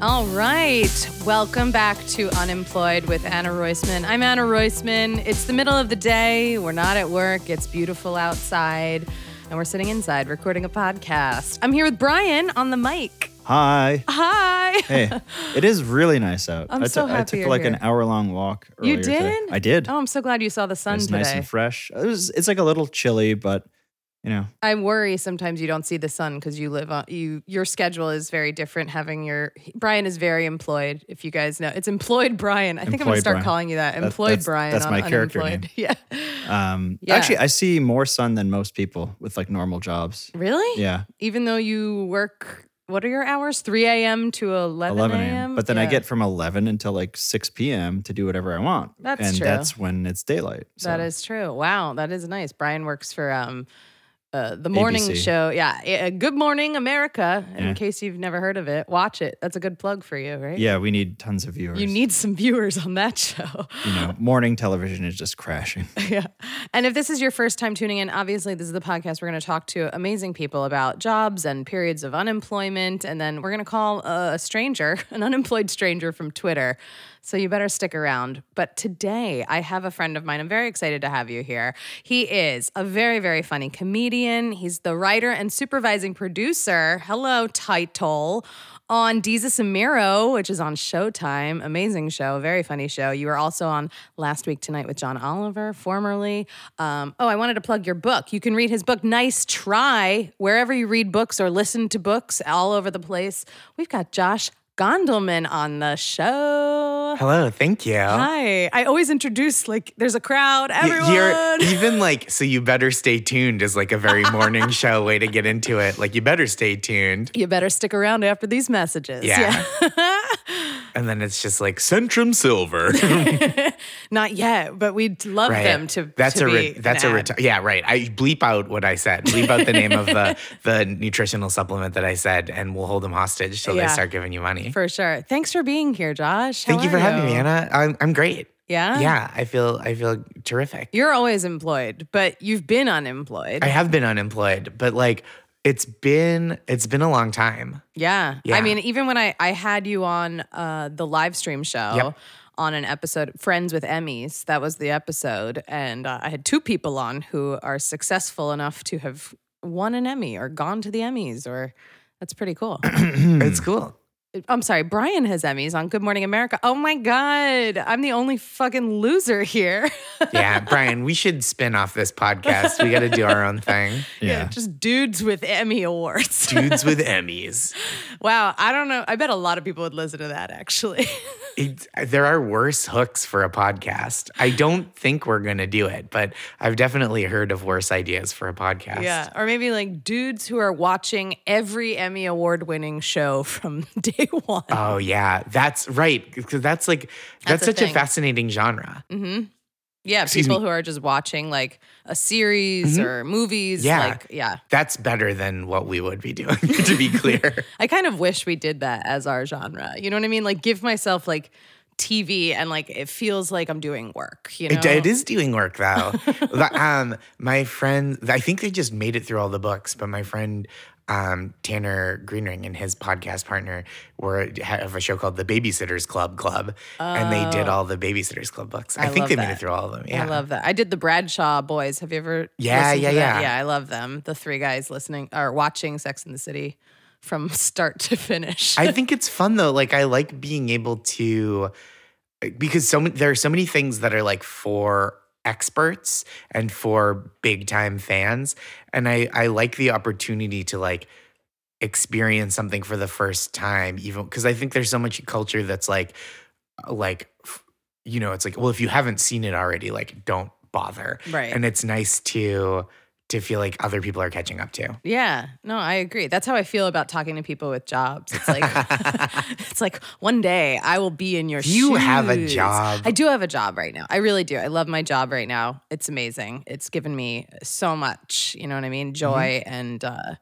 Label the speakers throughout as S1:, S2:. S1: All right. Welcome back to Unemployed with Anna Roisman. I'm Anna Roisman. It's the middle of the day. We're not at work. It's beautiful outside. And we're sitting inside recording a podcast. I'm here with Brian on the mic.
S2: Hi.
S1: Hi.
S2: Hey, it is really nice out.
S1: I'm
S2: I
S1: so
S2: took-
S1: happy
S2: I
S1: you're
S2: took like an
S1: here.
S2: hour long walk.
S1: You
S2: Earlier
S1: did?
S2: today. I did.
S1: Oh, I'm so glad you saw the sun
S2: it was
S1: today.
S2: nice and fresh. It was, it's like a little chilly, but you know,
S1: I worry sometimes you don't see the sun because you live on you. Your schedule is very different. Having your Brian is very employed. If you guys know, it's employed Brian. I think I'm gonna
S2: Employed
S1: start
S2: Brian.
S1: calling you that.
S2: That-
S1: Employed
S2: that's-
S1: Brian.
S2: that's
S1: on
S2: my character
S1: unemployed. Yeah.
S2: um,
S1: Yeah.
S2: actually, I see more sun than most people with like normal jobs.
S1: Really?
S2: Yeah,
S1: Even though you work, what are your hours? 3 a.m. to 11,
S2: 11
S1: a.m.
S2: But then I
S1: Yeah.
S2: get from 11 until like 6 p.m. to do whatever I want.
S1: That's
S2: and
S1: true.
S2: that's when it's daylight. So.
S1: That is true. Wow, that is nice. Brian works for um, uh, the morning
S2: ABC.
S1: show. Yeah, uh, Good Morning America. In
S2: Yeah.
S1: case you've never heard of it, watch it. That's a good plug for you, right?
S2: Yeah, we need tons of viewers.
S1: You need some viewers on that show.
S2: You know, morning television is just crashing.
S1: yeah. And if this is your first time tuning in, obviously this is the podcast we're going to talk to amazing people about jobs and periods of unemployment. And then we're going to call a stranger, an unemployed stranger from Twitter. So you better stick around. But today I have a friend of mine. I'm very excited to have you here. He is a very, very funny comedian. He's the writer and supervising producer. Hello, title on Deezus Samiro, which is on Showtime. Amazing show, very funny show. You were also on last week tonight with John Oliver, formerly. Um, oh, I wanted to plug your book. You can read his book, Nice Try, wherever you read books or listen to books all over the place. We've got Josh Gondelman on the show.
S3: Hello, thank you.
S1: Hi. I always introduce, like, there's a crowd, everyone.
S3: You're even like, so you better stay tuned is like a very morning show way to get into it. Like, you better stay tuned.
S1: you better stick around after these messages.
S3: Yeah.
S1: yeah.
S3: And then it's just like Centrum Silver.
S1: Not yet, but we'd love them to.
S3: that's
S1: to
S3: a re-
S1: be
S3: that's a
S1: an ad.
S3: reti- yeah right. I bleep out what I said. Bleep out the name of the the nutritional supplement that I said, and we'll hold them hostage till
S1: Yeah.
S3: they start giving you money.
S1: For sure. Thanks for being here, Josh. How
S3: Thank you
S1: are
S3: for having me, Anna. I'm, I'm great.
S1: Yeah?
S3: yeah. I feel I feel terrific.
S1: You're always employed, but you've been unemployed.
S3: I have been unemployed, but like it's been it's been a long time.
S1: yeah.
S3: Yeah.
S1: I mean, even when I, I had you on uh, the live stream show
S3: Yep.
S1: on an episode, Friends with Emmys, that was the episode. And uh, I had two people on who are successful enough to have won an Emmy or gone to the Emmys or. That's pretty cool. Hmm.
S3: It's cool.
S1: I'm sorry, Brian has Emmys on Good Morning America. Oh my God. I'm the only fucking loser here.
S3: yeah, Brian, we should spin off this podcast. We got to do our own thing.
S2: Yeah.
S1: Just dudes with Emmy awards.
S3: Dudes with Emmys.
S1: Wow, I don't know. I bet a lot of people would listen to that actually.
S3: It, there are worse hooks for a podcast. I don't think we're going to do it, but I've definitely heard of worse ideas for a podcast.
S1: yeah, or maybe like dudes who are watching every Emmy award winning show from day one.
S3: Oh, yeah. That's right. 'Cause that's like, that's,
S1: a
S3: such
S1: thing. Mm.
S3: a fascinating genre.
S1: yeah,
S3: excuse Mm-hmm.
S1: people who are just watching like a series or movies
S3: Yeah.
S1: like yeah.
S3: That's better than what we would be doing, to be clear.
S1: I kind of wish we did that as our genre. You know what I mean? Like give myself like TV and like it feels like I'm doing work, you know.
S3: It, it is doing work though. The- um, my friend, I think they just made it through all the books, but my friend um, Tanner Greenring and his podcast partner were have a show called The Babysitters Club Club, and they did all the Babysitters Club books. I,
S1: Oh. I love
S3: think they made
S1: that.
S3: it through all of them. Yeah,
S1: I love that. I did the Bradshaw boys. Have you ever?
S3: Yeah,
S1: listened to
S3: yeah,
S1: that?
S3: yeah.
S1: Yeah, I love them. The three guys listening or watching Sex in the City from start to finish.
S3: I think it's fun though. Like I like being able to uh, because so many there are so many things that are like for experts and for big time fans. And I I like the opportunity to like experience something for the first time, even because I think there's so much culture that's like uh, like f- you know, it's like, well, if you haven't seen it already, like don't bother.
S1: Right.
S3: And it's nice to to feel like other people are catching up to.
S1: yeah, no, I agree. That's how I feel about talking to people with jobs. It's like it's like one day I will be in your
S3: You have a
S1: shoes.
S3: job.
S1: I do have a job right now. I really do. I love my job right now. It's amazing. It's given me so much, you know what I mean?
S3: Mm-hmm.
S1: Joy and uh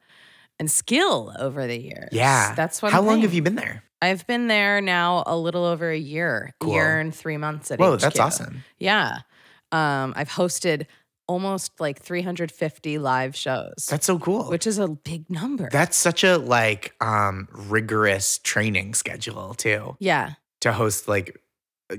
S1: and skill over the years.
S3: Yeah.
S1: That's what
S3: How long have you been there?
S1: I've been there now a little over a year, a
S3: Cool.
S1: year and three months at
S3: Whoa,
S1: HQ.
S3: that's awesome.
S1: Yeah. Um, I've hosted almost like 350 live shows,
S3: That's so cool.
S1: which is a big number.
S3: That's such a like um rigorous training schedule too
S1: yeah,
S3: to host like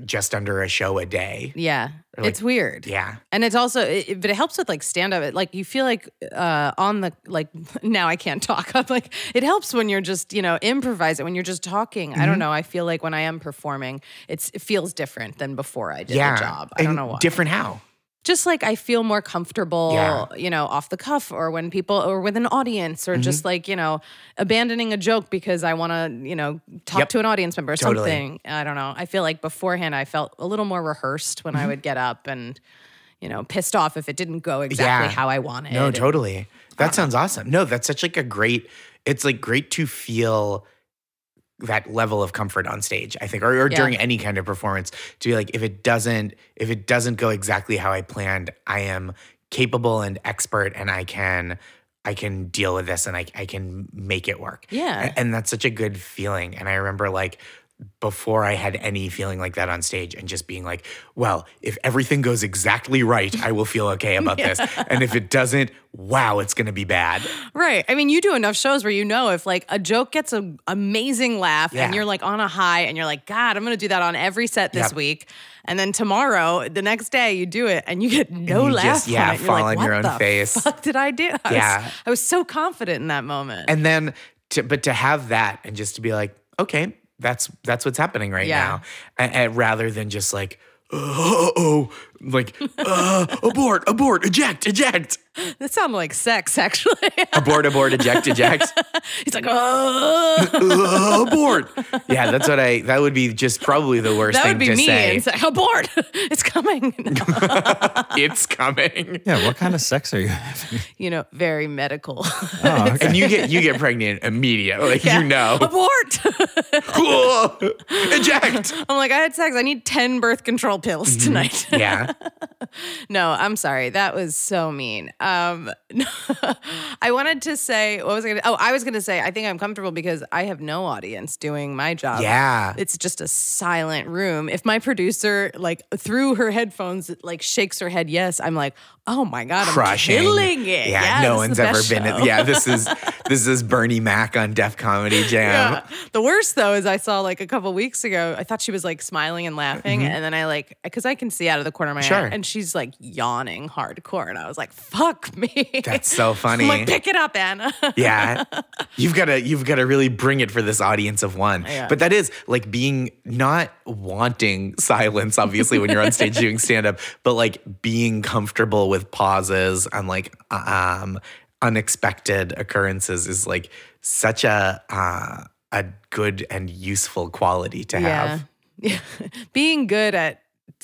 S3: just under a show a day.
S1: yeah.
S3: Or, like,
S1: it's weird.
S3: Yeah.
S1: And it's also, it, it- but it helps with like stand up. It like you feel like uh, on the like now I can't talk. I'm like it helps when you're just you know improvising when you're just talking. I
S3: Mm-hmm.
S1: don't know. I feel like when I am performing, it's it feels different than before I did
S3: yeah.
S1: the job. I don't
S3: And
S1: know why.
S3: Different how.
S1: just like I feel more comfortable,
S3: Yeah.
S1: you know, off the cuff or when people or with an audience or
S3: Mm-hmm.
S1: just like, you know, abandoning a joke because I want to, you know, talk
S3: Yep.
S1: to an audience member or
S3: Totally.
S1: something. I don't know. I feel like beforehand I felt a little more rehearsed
S3: Mm-hmm.
S1: when I would get up and, you know, pissed off if it didn't go exactly
S3: Yeah.
S1: how I wanted.
S3: No, totally. That sounds awesome. No, that's such like a great. It's like great to feel that level of comfort on stage. I think, or, or
S1: Yeah.
S3: during any kind of performance, to be like, if it doesn't, if it doesn't go exactly how I planned, I am capable and expert, and I can, I can deal with this, and I, I can make it work.
S1: Yeah.
S3: A- and that's such a good feeling. And I remember like before I had any feeling like that on stage and just being like, well, if everything goes exactly right, I will feel okay about this. And if it doesn't, wow, it's going to be bad.
S1: Right. I mean, you do enough shows where you know if like a joke gets an amazing laugh and
S3: Yeah.
S1: you're like on a high and you're like, God, I'm going to do that on every set this
S3: Yep.
S1: week. And then tomorrow, the next day, you do it and you get no
S3: you
S1: laugh.
S3: just,
S1: from
S3: yeah,
S1: it. You're
S3: fall
S1: like,
S3: on your
S1: "What
S3: own
S1: the
S3: face."
S1: Fuck did I do? I
S3: Yeah.
S1: Was, I was so confident in that moment.
S3: And then to, but to have that and just to be like, okay, that's, that's what's happening right
S1: Yeah.
S3: now. And, and rather than just like, oh, oh, like, uh, abort, abort, eject, eject,
S1: that sounded like sex, actually.
S3: abort, abort, eject, eject.
S1: He's like, oh.
S3: uh, abort. Yeah, that's what I. That would be just probably the worst
S1: That
S3: thing
S1: would be
S3: to
S1: me.
S3: say.
S1: It's like, abort. It's coming.
S3: it's coming.
S2: Yeah, what kind of sex are you having?
S1: you know, very medical.
S2: Oh, okay.
S3: And you get you get pregnant immediately. You know.
S1: Abort.
S3: Eject.
S1: I'm like, I had sex. I need 10 birth control pills
S3: Mm-hmm.
S1: tonight.
S3: Yeah.
S1: no, I'm sorry. That was so mean. Um, I wanted to say, what was I going to? Oh, I was going to say, I think I'm comfortable because I have no audience doing my job.
S3: Yeah.
S1: It's just a silent room. If my producer, like, through her headphones, like, shakes her head yes, I'm like, oh my God, I'm
S3: Crushing.
S1: killing it.
S3: Yeah. no one's ever been.
S1: at
S3: At, yeah. This is this is Bernie Mac on Def Comedy Jam.
S1: yeah. The worst though is I saw like a couple weeks ago. I thought she was like smiling and laughing, and then I like because I can see out of the corner of my eye,
S3: Mm-hmm. Sure.
S1: and she's like yawning hardcore, and I was like, "Fuck me."
S3: That's so funny.
S1: I'm like, pick it up, Anna.
S3: yeah you've got to you've got to really bring it for this audience of one
S1: Yeah.
S3: but that is like being not wanting silence obviously when you're on stage doing stand up but like being comfortable with pauses and like um unexpected occurrences is like such a uh, a good and useful quality to
S1: yeah.
S3: have
S1: Yeah. Being good at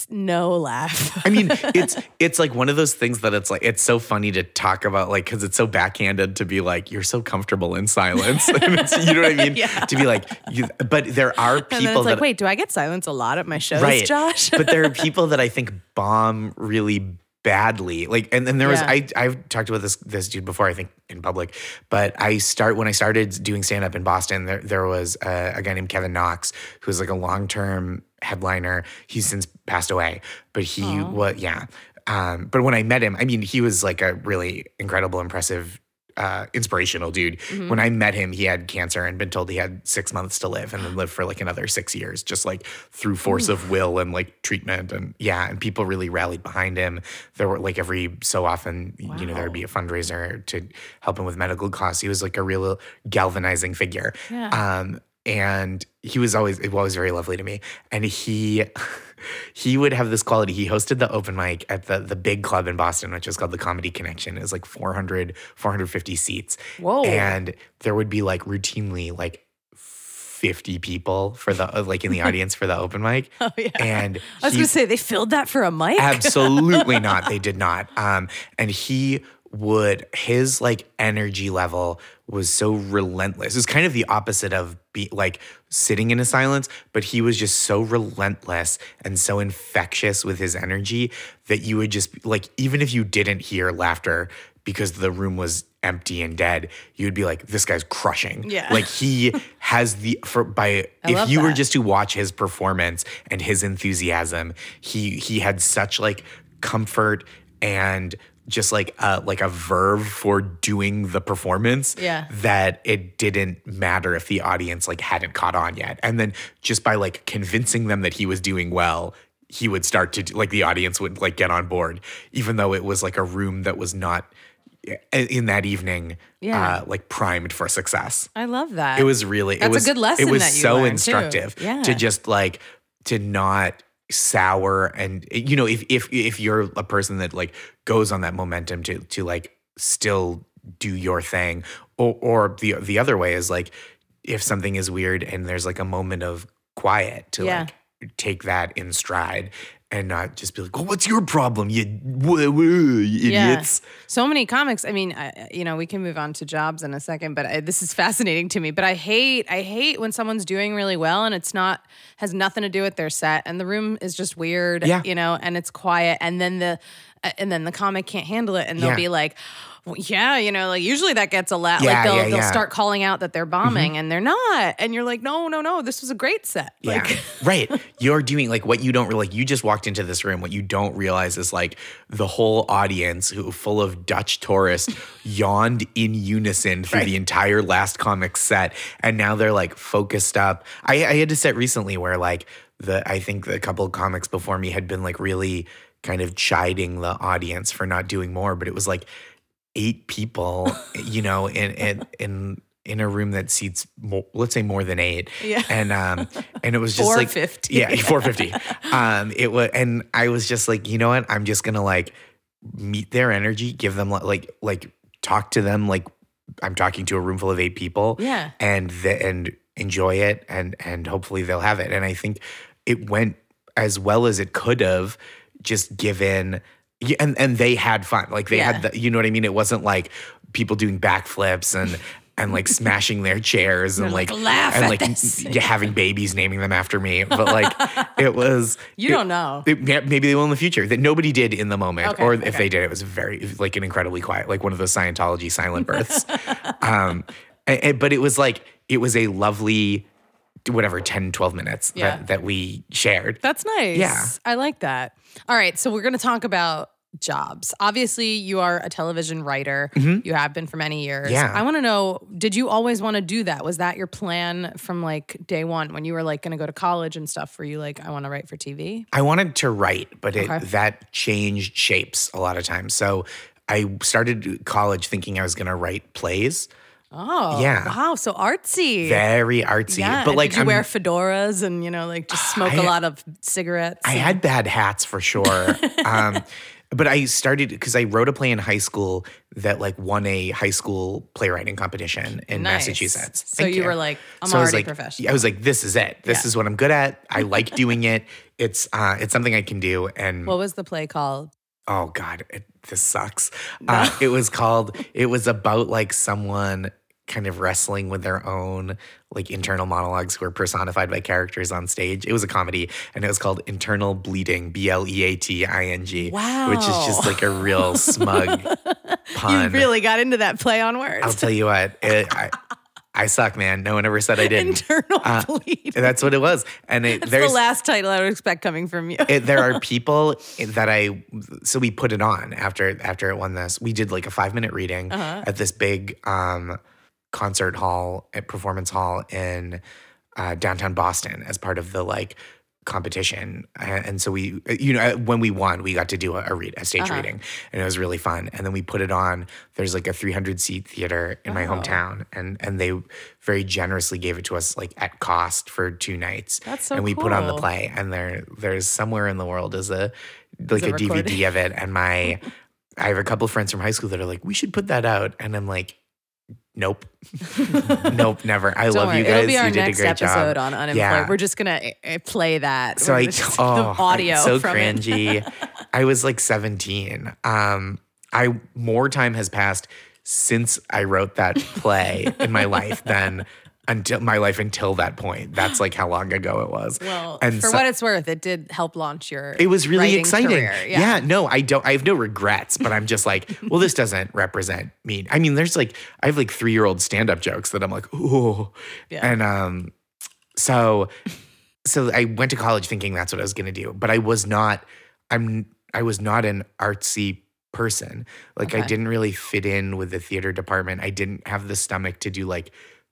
S1: no laugh.
S3: I mean, it's it's like one of those things that it's like it's so funny to talk about, like because it's so backhanded to be like you're so comfortable in silence. And it's- you know what I mean?
S1: Yeah.
S3: To be like, you, but there are
S1: and then
S3: people
S1: it's like,
S3: that
S1: wait, do I get silence a lot at my shows,
S3: right,
S1: Josh?
S3: but there are people that I think bomb really badly. Like, and then there was
S1: Yeah.
S3: I I've talked about this this dude before. I think in public, but I start when I started doing stand up in Boston. There there was a, a guy named Kevin Knox who was like a long term headliner. He's since passed away, but he was yeah. Um, but when I met him, I mean, he was like a really incredible, impressive uh, inspirational dude. When I met him, he had cancer and been told he had six months to live and then lived for like another six years, just like through force of will and like treatment. And yeah, and people really rallied behind him. There were like every so often, you know, there'd be a fundraiser to help him with medical costs. He was like a real galvanizing figure. Um, and he was always he was always very lovely to me. And he he would have this quality. He hosted the open mic at the the big club in Boston, which was called the Comedy Connection. It was like 400, 450 seats.
S1: Whoa.
S3: And there would be like routinely like 50 people for the like in the audience for the open mic.
S1: Oh, yeah.
S3: And
S1: I was
S3: he-
S1: going to say, they filled that for a mic?
S3: Absolutely not. They did not. Um, and he would his like energy level was so relentless. It was kind of the opposite of be, like sitting in a silence, but he was just so relentless and so infectious with his energy that you would just like even if you didn't hear laughter because the room was empty and dead, you'd be like, this guy's crushing.
S1: Yeah.
S3: Like he has the for by
S1: I love
S3: if you were
S1: that.
S3: just to watch his performance and his enthusiasm, he he had such like comfort and just like a, like a verve for doing the performance
S1: Yeah.
S3: that it didn't matter if the audience like hadn't caught on yet and then just by like convincing them that he was doing well he would start to do, like the audience would like get on board even though it was like a room that was not i- in that evening
S1: Yeah.
S3: uh, like primed for success
S1: I love that.
S3: it was really it
S1: That's a
S3: was
S1: good lesson
S3: It was
S1: that you
S3: so
S1: learned, too.
S3: instructive
S1: Yeah.
S3: to just like to not sour and you know if if if you're a person that like goes on that momentum to to like still do your thing or or the the other way is like if something is weird and there's like a moment of quiet to
S1: Yeah.
S3: like take that in stride and not just be like well what's your problem you, woo, woo, you
S1: Yeah.
S3: idiots
S1: so many comics. I mean, I, you know, we can move on to jobs in a second, but I, this is fascinating to me. But I hate, I hate when someone's doing really well and it's not has nothing to do with their set, and the room is just weird,
S3: Yeah.
S1: you know, and it's quiet, and then the uh, and then the comic can't handle it, and they'll
S3: Yeah.
S1: be like. "Well, Yeah, you know, like usually that gets a laugh.
S3: Yeah,
S1: like they'll,
S3: yeah,
S1: they'll
S3: yeah. Mm-hmm.
S1: start calling out that they're bombing and they're not. And you're like, no, no, no, this was a great set. Like,
S3: yeah. right. You're doing like what you don't realize. You just walked into this room. What you don't realize is like the whole audience who full of Dutch tourists yawned in unison through the entire last comic set. And now they're like focused up. I, I had a set recently where like the I think the couple of comics before me had been like really kind of chiding the audience for not doing more, but it was like eight people, you know, in in in in a room that seats more, let's say more than eight.
S1: Yeah.
S3: And um and it was just like
S1: 450.
S3: Yeah, 450. um it was and I was just like, you know what? I'm just going to like meet their energy, give them li- like like talk to them like I'm talking to a room full of eight people
S1: yeah.
S3: and the, and enjoy it and and hopefully they'll have it and i think it went as well as it could have just given yeah, and and they had fun like they had
S1: Yeah.
S3: the, you know what i mean it wasn't like people doing backflips and and like smashing their chairs and
S1: They're like,
S3: like,
S1: "Laugh
S3: and
S1: at
S3: like
S1: this."
S3: yeah, having babies naming them after me but like it was
S1: You
S3: it-
S1: don't know.
S3: it- yeah, maybe they will in the future that nobody did in the moment,
S1: Okay,
S3: or
S1: okay.
S3: if they did, it was very like an incredibly quiet, like one of those Scientology silent births. um, and- and- but it was like it was a lovely, whatever, 10, 12 minutes
S1: Yeah.
S3: that, that we shared.
S1: That's nice.
S3: Yeah.
S1: I like that. All right. So we're going to talk about jobs. Obviously, you are a television writer. You have been for many years.
S3: Mm-hmm. Yeah.
S1: I want to know did you always want to do that? Was that your plan from like day one when you were like going to go to college and stuff? Were you like, I want to write for TV?
S3: I wanted to write, but it,
S1: Okay.
S3: that changed shapes a lot of times. So I started college thinking I was going to write plays,
S1: Oh,
S3: Yeah.
S1: Wow. So artsy.
S3: very artsy,
S1: yeah.
S3: but
S1: And
S3: like
S1: did you
S3: I'm-
S1: wear fedoras and, you know, like just smoke a
S3: I-
S1: lot of cigarettes?
S3: I
S1: and-
S3: had bad hats for sure. um, but I started because I wrote a play in high school that like won a high school playwriting competition in
S1: Nice.
S3: Massachusetts.
S1: So
S3: Thank
S1: you were like, I'm
S3: So I was
S1: already
S3: like-
S1: professional.
S3: I was like, this is it. This
S1: Yeah.
S3: is what I'm good at. I like doing it. It's uh, it's something I can do. And
S1: What was the play called?
S3: oh god, it, this sucks. Uh, it was called. It was about like someone kind of wrestling with their own like internal monologues who are personified by characters on stage. It was a comedy, and it was called Internal Bleeding. B L E A T I N G. Which is just
S1: Wow.
S3: like a real smug pun.
S1: You really got into that play on words.
S3: I'll tell you what. It, I, I suck, man. No one ever said I didn't.
S1: Internal
S3: Uh,
S1: bleed.
S3: That's what it was, and it,
S1: That's
S3: there's
S1: the last title I would expect coming from you.
S3: it, there are people that I so we put it on after after it won this. We did like a five minute reading
S1: Uh-huh.
S3: at this big um, concert hall at performance hall in uh, downtown Boston as part of the like competition. Uh, And so we, you know, when we won, we got to do a, a read a stage
S1: Uh-huh.
S3: reading, and it was really fun. And then we put it on. There's like a 300 seat theater in my
S1: Wow.
S3: hometown, and and they very generously gave it to us like at cost for two nights
S1: That's so
S3: and we put on the
S1: cool.
S3: play and there there's somewhere in the world is a like
S1: a
S3: a
S1: recording.
S3: dvd of it and my i have a couple of friends from high school that are like we should put that out and i'm like nope nope never i
S1: Don't
S3: love
S1: worry,
S3: you guys
S1: It'll be our
S3: you did a
S1: next
S3: great
S1: episode
S3: job
S1: on unemployed.
S3: Yeah.
S1: We're just gonna uh, play that.
S3: so
S1: We're
S3: i
S1: just-
S3: oh
S1: the audio
S3: it's so
S1: from it.
S3: cringy i was like 17 um i more time has passed since i wrote that play in my life than until my life until that point that's like how long ago it was
S1: Well,
S3: And
S1: for
S3: so-
S1: what it's worth, it did help launch your.
S3: it was really
S1: writing
S3: exciting.
S1: career.
S3: Yeah. no, I don't. I have no regrets, but I'm just like, well, this doesn't represent me. I mean, there's like, I have like three year old stand up jokes that I'm like, ooh,
S1: Yeah.
S3: and um, so, so I went to college thinking that's what I was gonna do, but I was not. I'm. I was not an artsy person. Like I
S1: Okay.
S3: didn't really fit in with the theater department. I didn't have the stomach to do like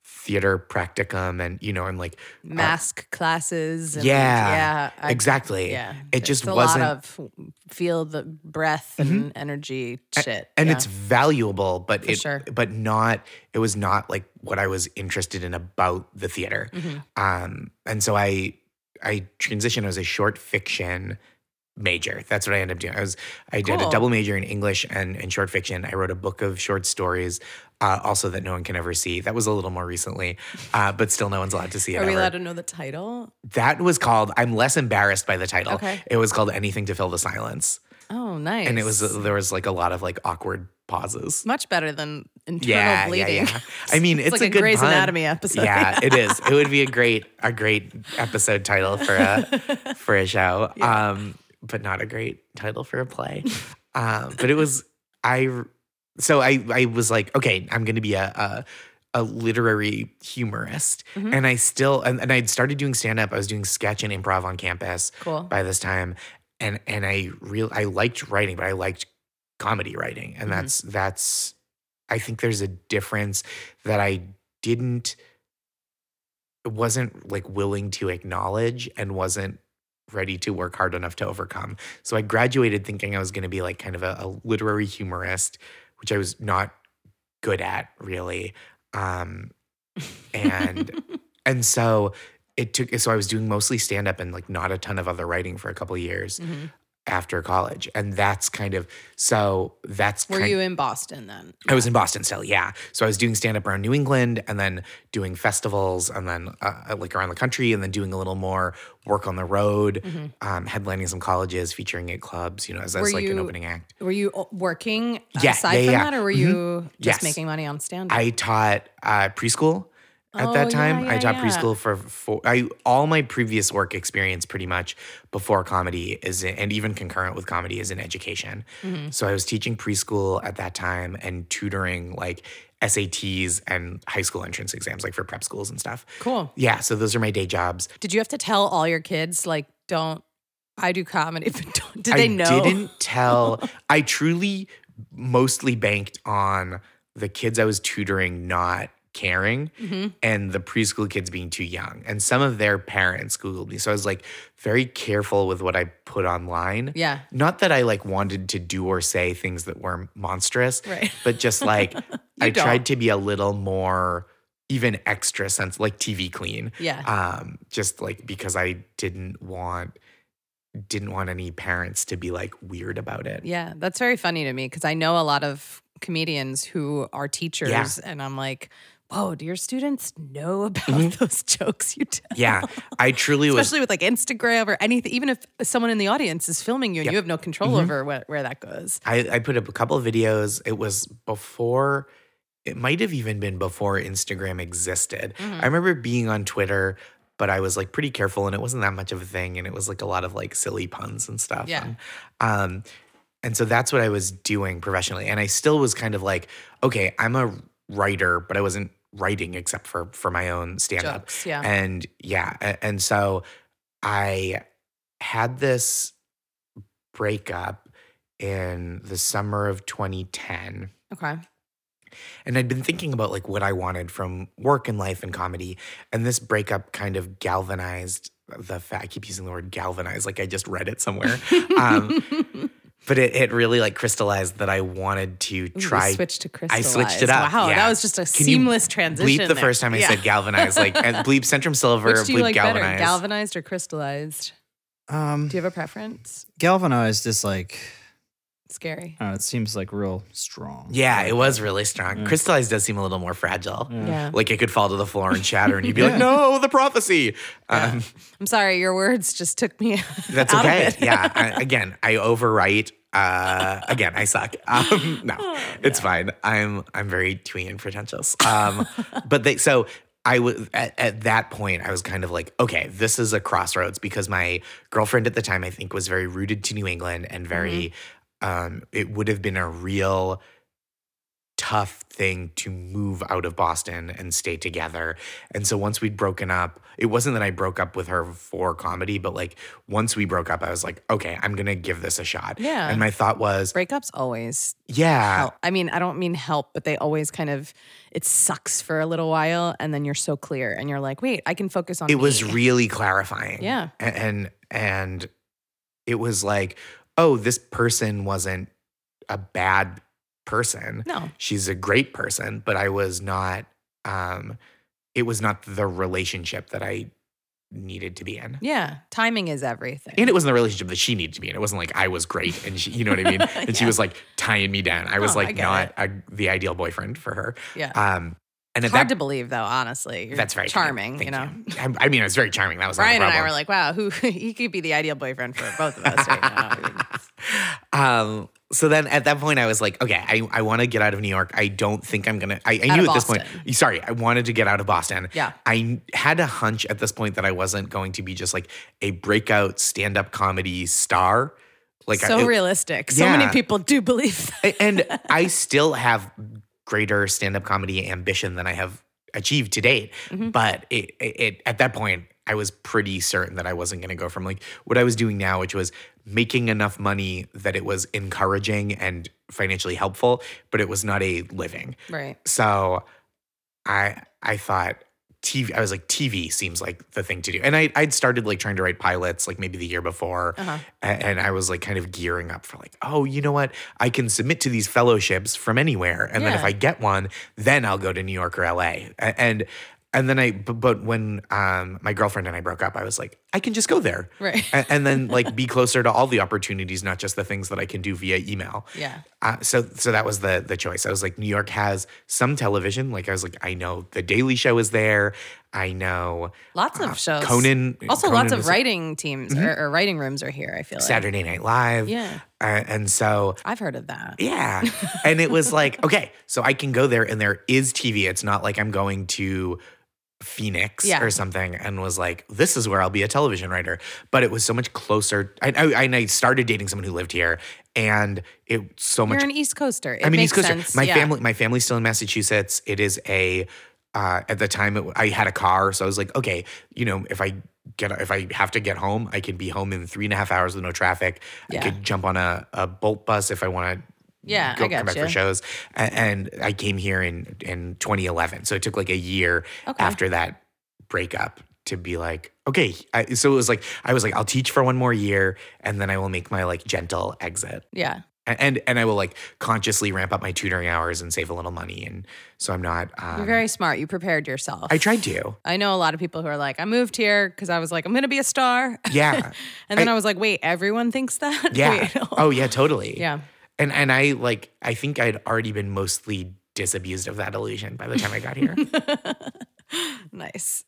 S3: theater practicum and you know, I'm like
S1: mask classes. And,
S3: yeah,
S1: yeah, I-
S3: exactly.
S1: Yeah,
S3: It just
S1: it's a
S3: wasn't Mm-hmm.
S1: lot of feel the breath and energy shit,
S3: and
S1: yeah.
S3: it's valuable, but
S1: For
S3: it
S1: sure.
S3: but not it was not like what I was interested in about the theater.
S1: Mhm.
S3: Um, and so I I transitioned as a short fiction major. That's what I ended up doing. I was I did
S1: Cool.
S3: a double major in English and in short fiction. I wrote a book of short stories, uh, also that no one can ever see. That was a little more recently, uh, but still no one's allowed to see it.
S1: Are we
S3: ever.
S1: allowed to know the title?
S3: that was called. I'm less embarrassed by the title.
S1: Okay.
S3: It was called Anything to Fill the Silence,
S1: Oh, nice.
S3: and it was there was like a lot of like awkward pauses.
S1: much better than internal
S3: Yeah, yeah,
S1: bleeding.
S3: yeah. I mean, it's,
S1: like
S3: a,
S1: a
S3: good
S1: Grey's
S3: pun.
S1: Anatomy episode.
S3: Yeah, it is. It would be a great a great episode title for a for a show. Um, but not a great title for a play. Um, but it was I. So I I was like, okay, I'm gonna be a a, a literary humorist,
S1: Mhm.
S3: and I still and, and I'd started doing stand up. I was doing sketch and improv on campus
S1: Cool.
S3: by this time, and and I real I liked writing, but I liked comedy writing, and
S1: Mhm.
S3: that's that's I think there's a difference that I didn't wasn't like willing to acknowledge and wasn't ready to work hard enough to overcome. So I graduated thinking I was going to be like kind of a, a literary humorist, which I was not good at really. Um, and and so it took so I was doing mostly stand up and like not a ton of other writing for a couple of years
S1: Mhm.
S3: after college. And that's kind of so that's
S1: Were
S3: kind
S1: you in Boston then?
S3: I was in Boston still, yeah. So I was doing stand up around New England and then doing festivals and then uh, like around the country and then doing a little more work on the road,
S1: Mhm.
S3: um, headlining some colleges, featuring at clubs, you know, as,
S1: Were
S3: as like an
S1: you-
S3: opening act.
S1: Were you o- working
S3: Yeah,
S1: aside
S3: yeah,
S1: from
S3: yeah.
S1: that, or were
S3: Mhm.
S1: you just
S3: Yes.
S1: making money on stand up?
S3: I taught uh, preschool at
S1: Oh,
S3: that
S1: yeah,
S3: time. I
S1: yeah,
S3: taught
S1: yeah.
S3: preschool for four. I all my previous work experience, pretty much before comedy, is in, and even concurrent with comedy, is in education.
S1: Mm-hmm.
S3: So I was teaching preschool at that time and tutoring like SATs and high school entrance exams, like for prep schools and stuff.
S1: Cool.
S3: Yeah, so those are my day jobs.
S1: Did you have to tell all your kids like don't I do comedy? But don't, did they
S3: I
S1: know?
S3: didn't tell. I truly mostly banked on the kids I was tutoring not caring
S1: Mhm.
S3: and the preschool kids being too young. And some of their parents Googled me. So I was like very careful with what I put online.
S1: Yeah.
S3: Not that I like wanted to do or say things that were monstrous,
S1: Right.
S3: but just like I
S1: don't.
S3: tried to be a little more even extra sense like TV clean.
S1: Yeah.
S3: Um, just like because I didn't want didn't want any parents to be like weird about it.
S1: Yeah, that's very funny to me because I know a lot of comedians who are teachers, and I'm like, whoa, do your students know about
S3: Mm-hmm.
S1: those jokes you tell?
S3: Yeah. I truly was
S1: Especially with like Instagram or anything, even if someone in the audience is filming you and
S3: Yeah. Mm-hmm.
S1: you have no control over where, where that goes.
S3: I, I put up a couple of videos. It was before, it might have even been before Instagram existed. Mm-hmm.
S1: Mm-hmm.
S3: I remember being on Twitter, but I was like pretty careful and it wasn't that much of a thing. And it was like a lot of like silly puns and stuff.
S1: Yeah.
S3: And, um, and so that's what I was doing professionally. And I still was kind of like, okay, I'm a writer, but I wasn't writing except for for my own stand up.
S1: Jokes, yeah.
S3: And yeah, a- and so I had this breakup in the summer of 2010.
S1: okay.
S3: And I'd been thinking about like what I wanted from work and life and comedy. And this breakup kind of galvanized the fact, I keep using the word galvanized, like I just read it somewhere. um, but it, it really like crystallized that I wanted to
S1: Ooh, you
S3: try
S1: switched to crystallize.
S3: I switched it up,
S1: Wow, that
S3: yeah.
S1: was just a
S3: Can you
S1: seamless transition.
S3: bleep the
S1: there.
S3: first time I
S1: Yeah.
S3: said galvanized, like and bleep Centrum Silver,
S1: Which do you
S3: bleep
S1: like better,
S3: galvanized.
S1: galvanized or crystallized?
S2: Um,
S1: Do you have a preference?
S2: galvanized is like
S1: Scary.
S2: I don't know, Uh, it seems like real strong.
S3: yeah, it was really strong.
S1: Mm.
S2: Yeah.
S3: Crystallized does seem a little more fragile.
S1: yeah.
S3: Like it could fall to the floor and shatter, and you'd be like,
S2: Yeah.
S3: "No, the prophecy."
S1: Yeah.
S3: Um,
S1: I'm sorry, your words just took me.
S3: That's
S1: out
S3: okay.
S1: Of it.
S3: yeah. I, again, I overwrite. Uh, again, I suck. Um, no, it's fine. I'm I'm very twee and pretentious. Um, but they so I was at, at that point. I was kind of like, okay, this is a crossroads because my girlfriend at the time I think was very rooted to New England and very. Um, it would have been a real tough thing to move out of Boston and stay together. And so once we'd broken up, it wasn't that I broke up with her for comedy, but like once we broke up, I was like, okay, I'm gonna give this a shot.
S1: Yeah.
S3: And my thought was,
S1: Breakups always
S3: yeah,
S1: help. I mean, I don't mean help, but they always kind of it sucks for a little while, and then you're so clear, and you're like, wait, I can focus on.
S3: it was
S1: me.
S3: really clarifying.
S1: Yeah.
S3: A- And and it was like, oh, this person wasn't a bad person.
S1: no.
S3: she's a great person, but I was not um it was not the relationship that I needed to be in.
S1: Yeah, timing is everything.
S3: And it wasn't the relationship that she needed to be in. It wasn't like I was great and she, you know what I mean? And she
S1: Yeah.
S3: was like tying me down. I was
S1: Oh, I
S3: like
S1: get
S3: not a, the ideal boyfriend for her.
S1: yeah.
S3: Um and at
S1: It's hard
S3: that
S1: to believe, though. Honestly, You're
S3: that's very
S1: charming. You
S3: Thank
S1: know,
S3: I, I mean, it was very charming. That was
S1: Brian and
S3: not the
S1: I
S3: problem.
S1: were like, "Wow, who he could be the ideal boyfriend for both of us right now."
S3: um, so then at that point, I was like, okay, I, I want to get out of New York. I don't think I'm going to. I, I
S1: Out
S3: knew
S1: of
S3: at this point,
S1: Boston.
S3: sorry, I wanted to get out of Boston.
S1: Yeah.
S3: I had a hunch at this point that I wasn't going to be just like a breakout stand up comedy star. Like,
S1: so
S3: I, it-
S1: realistic. So many
S3: Yeah.
S1: people do believe that.
S3: and I still have greater stand up comedy ambition than I have achieved to date.
S1: Mhm.
S3: But it, it, it at that point, I was pretty certain that I wasn't going to go from like what I was doing now, which was making enough money that it was encouraging and financially helpful, but it was not a living.
S1: Right.
S3: So I I thought TV I was like TV seems like the thing to do. And I I'd started like trying to write pilots like maybe the year before
S1: Uh-huh.
S3: a- and I was like kind of gearing up for like, oh, you know what? I can submit to these fellowships from anywhere, and then if
S1: Yeah.
S3: I get one, then I'll go to New York or LA. A- And and then I, bu- but when um, my girlfriend and I broke up, I was like, I can just go there,
S1: Right.
S3: A- and, then like be closer to all the opportunities, not just the things that I can do via email.
S1: Yeah.
S3: Uh, so so that was the the choice. I was like, New York has some television. Like I was like, I know The Daily Show is there. I know
S1: Lots
S3: uh,
S1: of shows.
S3: Conan.
S1: Also,
S3: Conan
S1: lots of
S3: was- Mm-hmm.
S1: writing teams or, or writing rooms are here. I feel like.
S3: Saturday Night Live.
S1: Yeah.
S3: Uh, and so
S1: I've heard of that.
S3: Yeah. And it was like, okay, so I can go there and there is TV. It's not like I'm going to Phoenix
S1: Yeah.
S3: or something and was like, this is where I'll be a television writer. But it was so much closer. I, I, and I started dating someone who lived here and it so much.
S1: You're an East Coaster. It
S3: I mean,
S1: makes
S3: East Coast.
S1: sense.
S3: My
S1: Yeah.
S3: family, my family's still in Massachusetts. It is a, uh, at the time it, w- I had a car. So I was like, okay, you know, if I get, if I have to get home, I can be home in three and a half hours with no traffic.
S1: Yeah.
S3: I could jump on a, a bolt bus if I want to
S1: Yeah,
S3: go,
S1: I
S3: come
S1: got
S3: back
S1: you.
S3: for shows. A- And I came here in in 2011, so it took like a year
S1: Okay.
S3: after that breakup to be like, okay. I, so it was like I was like, I'll teach for one more year, and then I will make my like gentle exit,
S1: Yeah.
S3: A- and and I will like consciously ramp up my tutoring hours and save a little money, and so I'm not. Um,
S1: You're very smart. You prepared yourself.
S3: I tried to.
S1: I know a lot of people who are like, I moved here because I was like, I'm going to be a star.
S3: Yeah.
S1: And then I,
S3: I-
S1: was like, wait, everyone thinks that?
S3: Yeah.
S1: Wait, no.
S3: oh yeah. Totally.
S1: Yeah.
S3: And and I like I think I'd already been mostly disabused of that illusion by the time I got here.
S1: nice.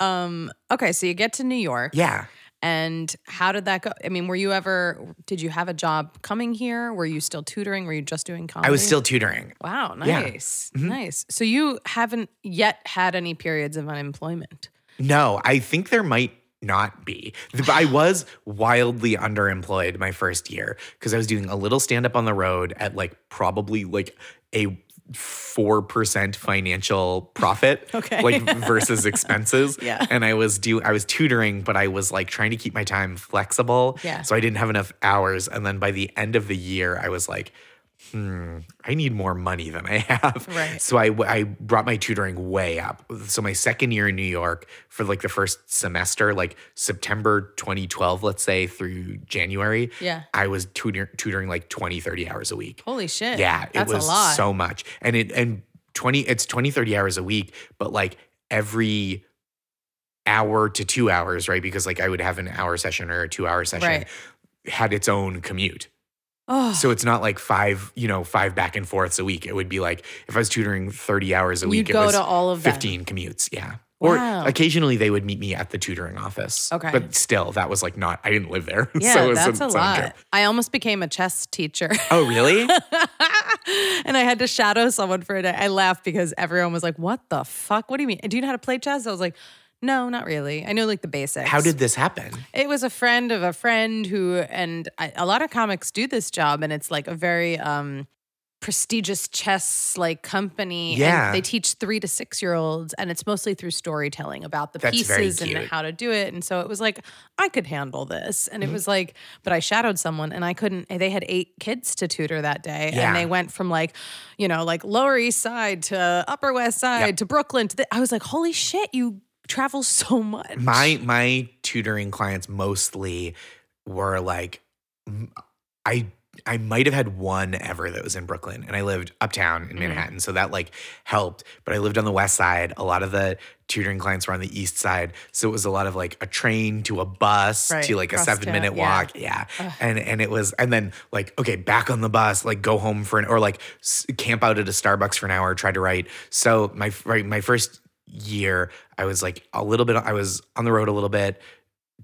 S1: Um, okay. So you get to New York.
S3: yeah.
S1: And how did that go? I mean, were you ever, did you have a job coming here? Were you still tutoring? Were you just doing comedy?
S3: I was still tutoring.
S1: Wow,
S3: Yeah. Mm-hmm.
S1: nice. Nice. So you haven't yet had any periods of unemployment.
S3: No, I think there might not be. But I was wildly underemployed my first year because I was doing a little stand up on the road at like probably like a 4% financial profit
S1: Okay.
S3: like versus expenses
S1: Yeah.
S3: and i was do i was tutoring but i was like trying to keep my time flexible
S1: Yeah.
S3: so i didn't have enough hours and then by the end of the year i was like hmm i need more money than i have
S1: Right.
S3: so I, I brought my tutoring way up. So my second year in New York for like the first semester, like September 2012, let's say through January,
S1: Yeah.
S3: I was tutor- tutoring like 20, 30 hours a week.
S1: Holy shit.
S3: Yeah, it
S1: That's
S3: was
S1: a lot.
S3: so much. And it and 20 it's 20 30 hours a week, but like every hour to 2 hours, right? Because like I would have an hour session or a 2 hour session
S1: Right.
S3: had its own commute.
S1: oh,
S3: So it's not like 5, you know, 5 back and forths a week. It would be like if I was tutoring 30 hours a week,
S1: you'd
S3: it
S1: go
S3: was
S1: to all of them.
S3: 15 commutes. Yeah.
S1: Wow.
S3: Or occasionally they would meet me at the tutoring office.
S1: Okay.
S3: But still, that was like not, I didn't live there.
S1: Yeah,
S3: it was
S1: that's
S3: some-
S1: a
S3: some
S1: lot.
S3: trip.
S1: I almost became a chess teacher.
S3: Oh, really?
S1: and I had to shadow someone for a day. I laughed because everyone was like, "What the fuck? What do you mean? Do you know how to play chess?" I was like, "No, not really. I know like the basics."
S3: How did this happen?
S1: It was a friend of a friend who, and I, a lot of comics do this job, and it's like a very um, prestigious chess like company.
S3: Yeah.
S1: And they teach three to six year olds, and it's mostly through storytelling about the
S3: That's very
S1: pieces and
S3: cute.
S1: how to do it. And so it was like, I could handle this.
S3: Mm-hmm.
S1: And it was like, but I shadowed someone and I couldn't. They had eight kids to tutor that day.
S3: Yeah.
S1: And they went from like, you know, like Lower East Side to Upper West Side to Brooklyn. To the, I was like, holy shit, you travel so much.
S3: my my tutoring clients mostly were like m- i i might have had one ever that was in brooklyn and i lived uptown in
S1: Mhm.
S3: manhattan so that like helped but i lived on the west side a lot of the tutoring clients were on the east side so it was a lot of like a train to a bus
S1: Right,
S3: to like a
S1: cross
S3: 7 minute
S1: town, yeah.
S3: walk yeah
S1: Ugh.
S3: and and it was and then like okay back on the bus like go home for an or like s- camp out at a starbucks for an hour try to write so my f- right, my first year i was like a little bit i was on the road a little bit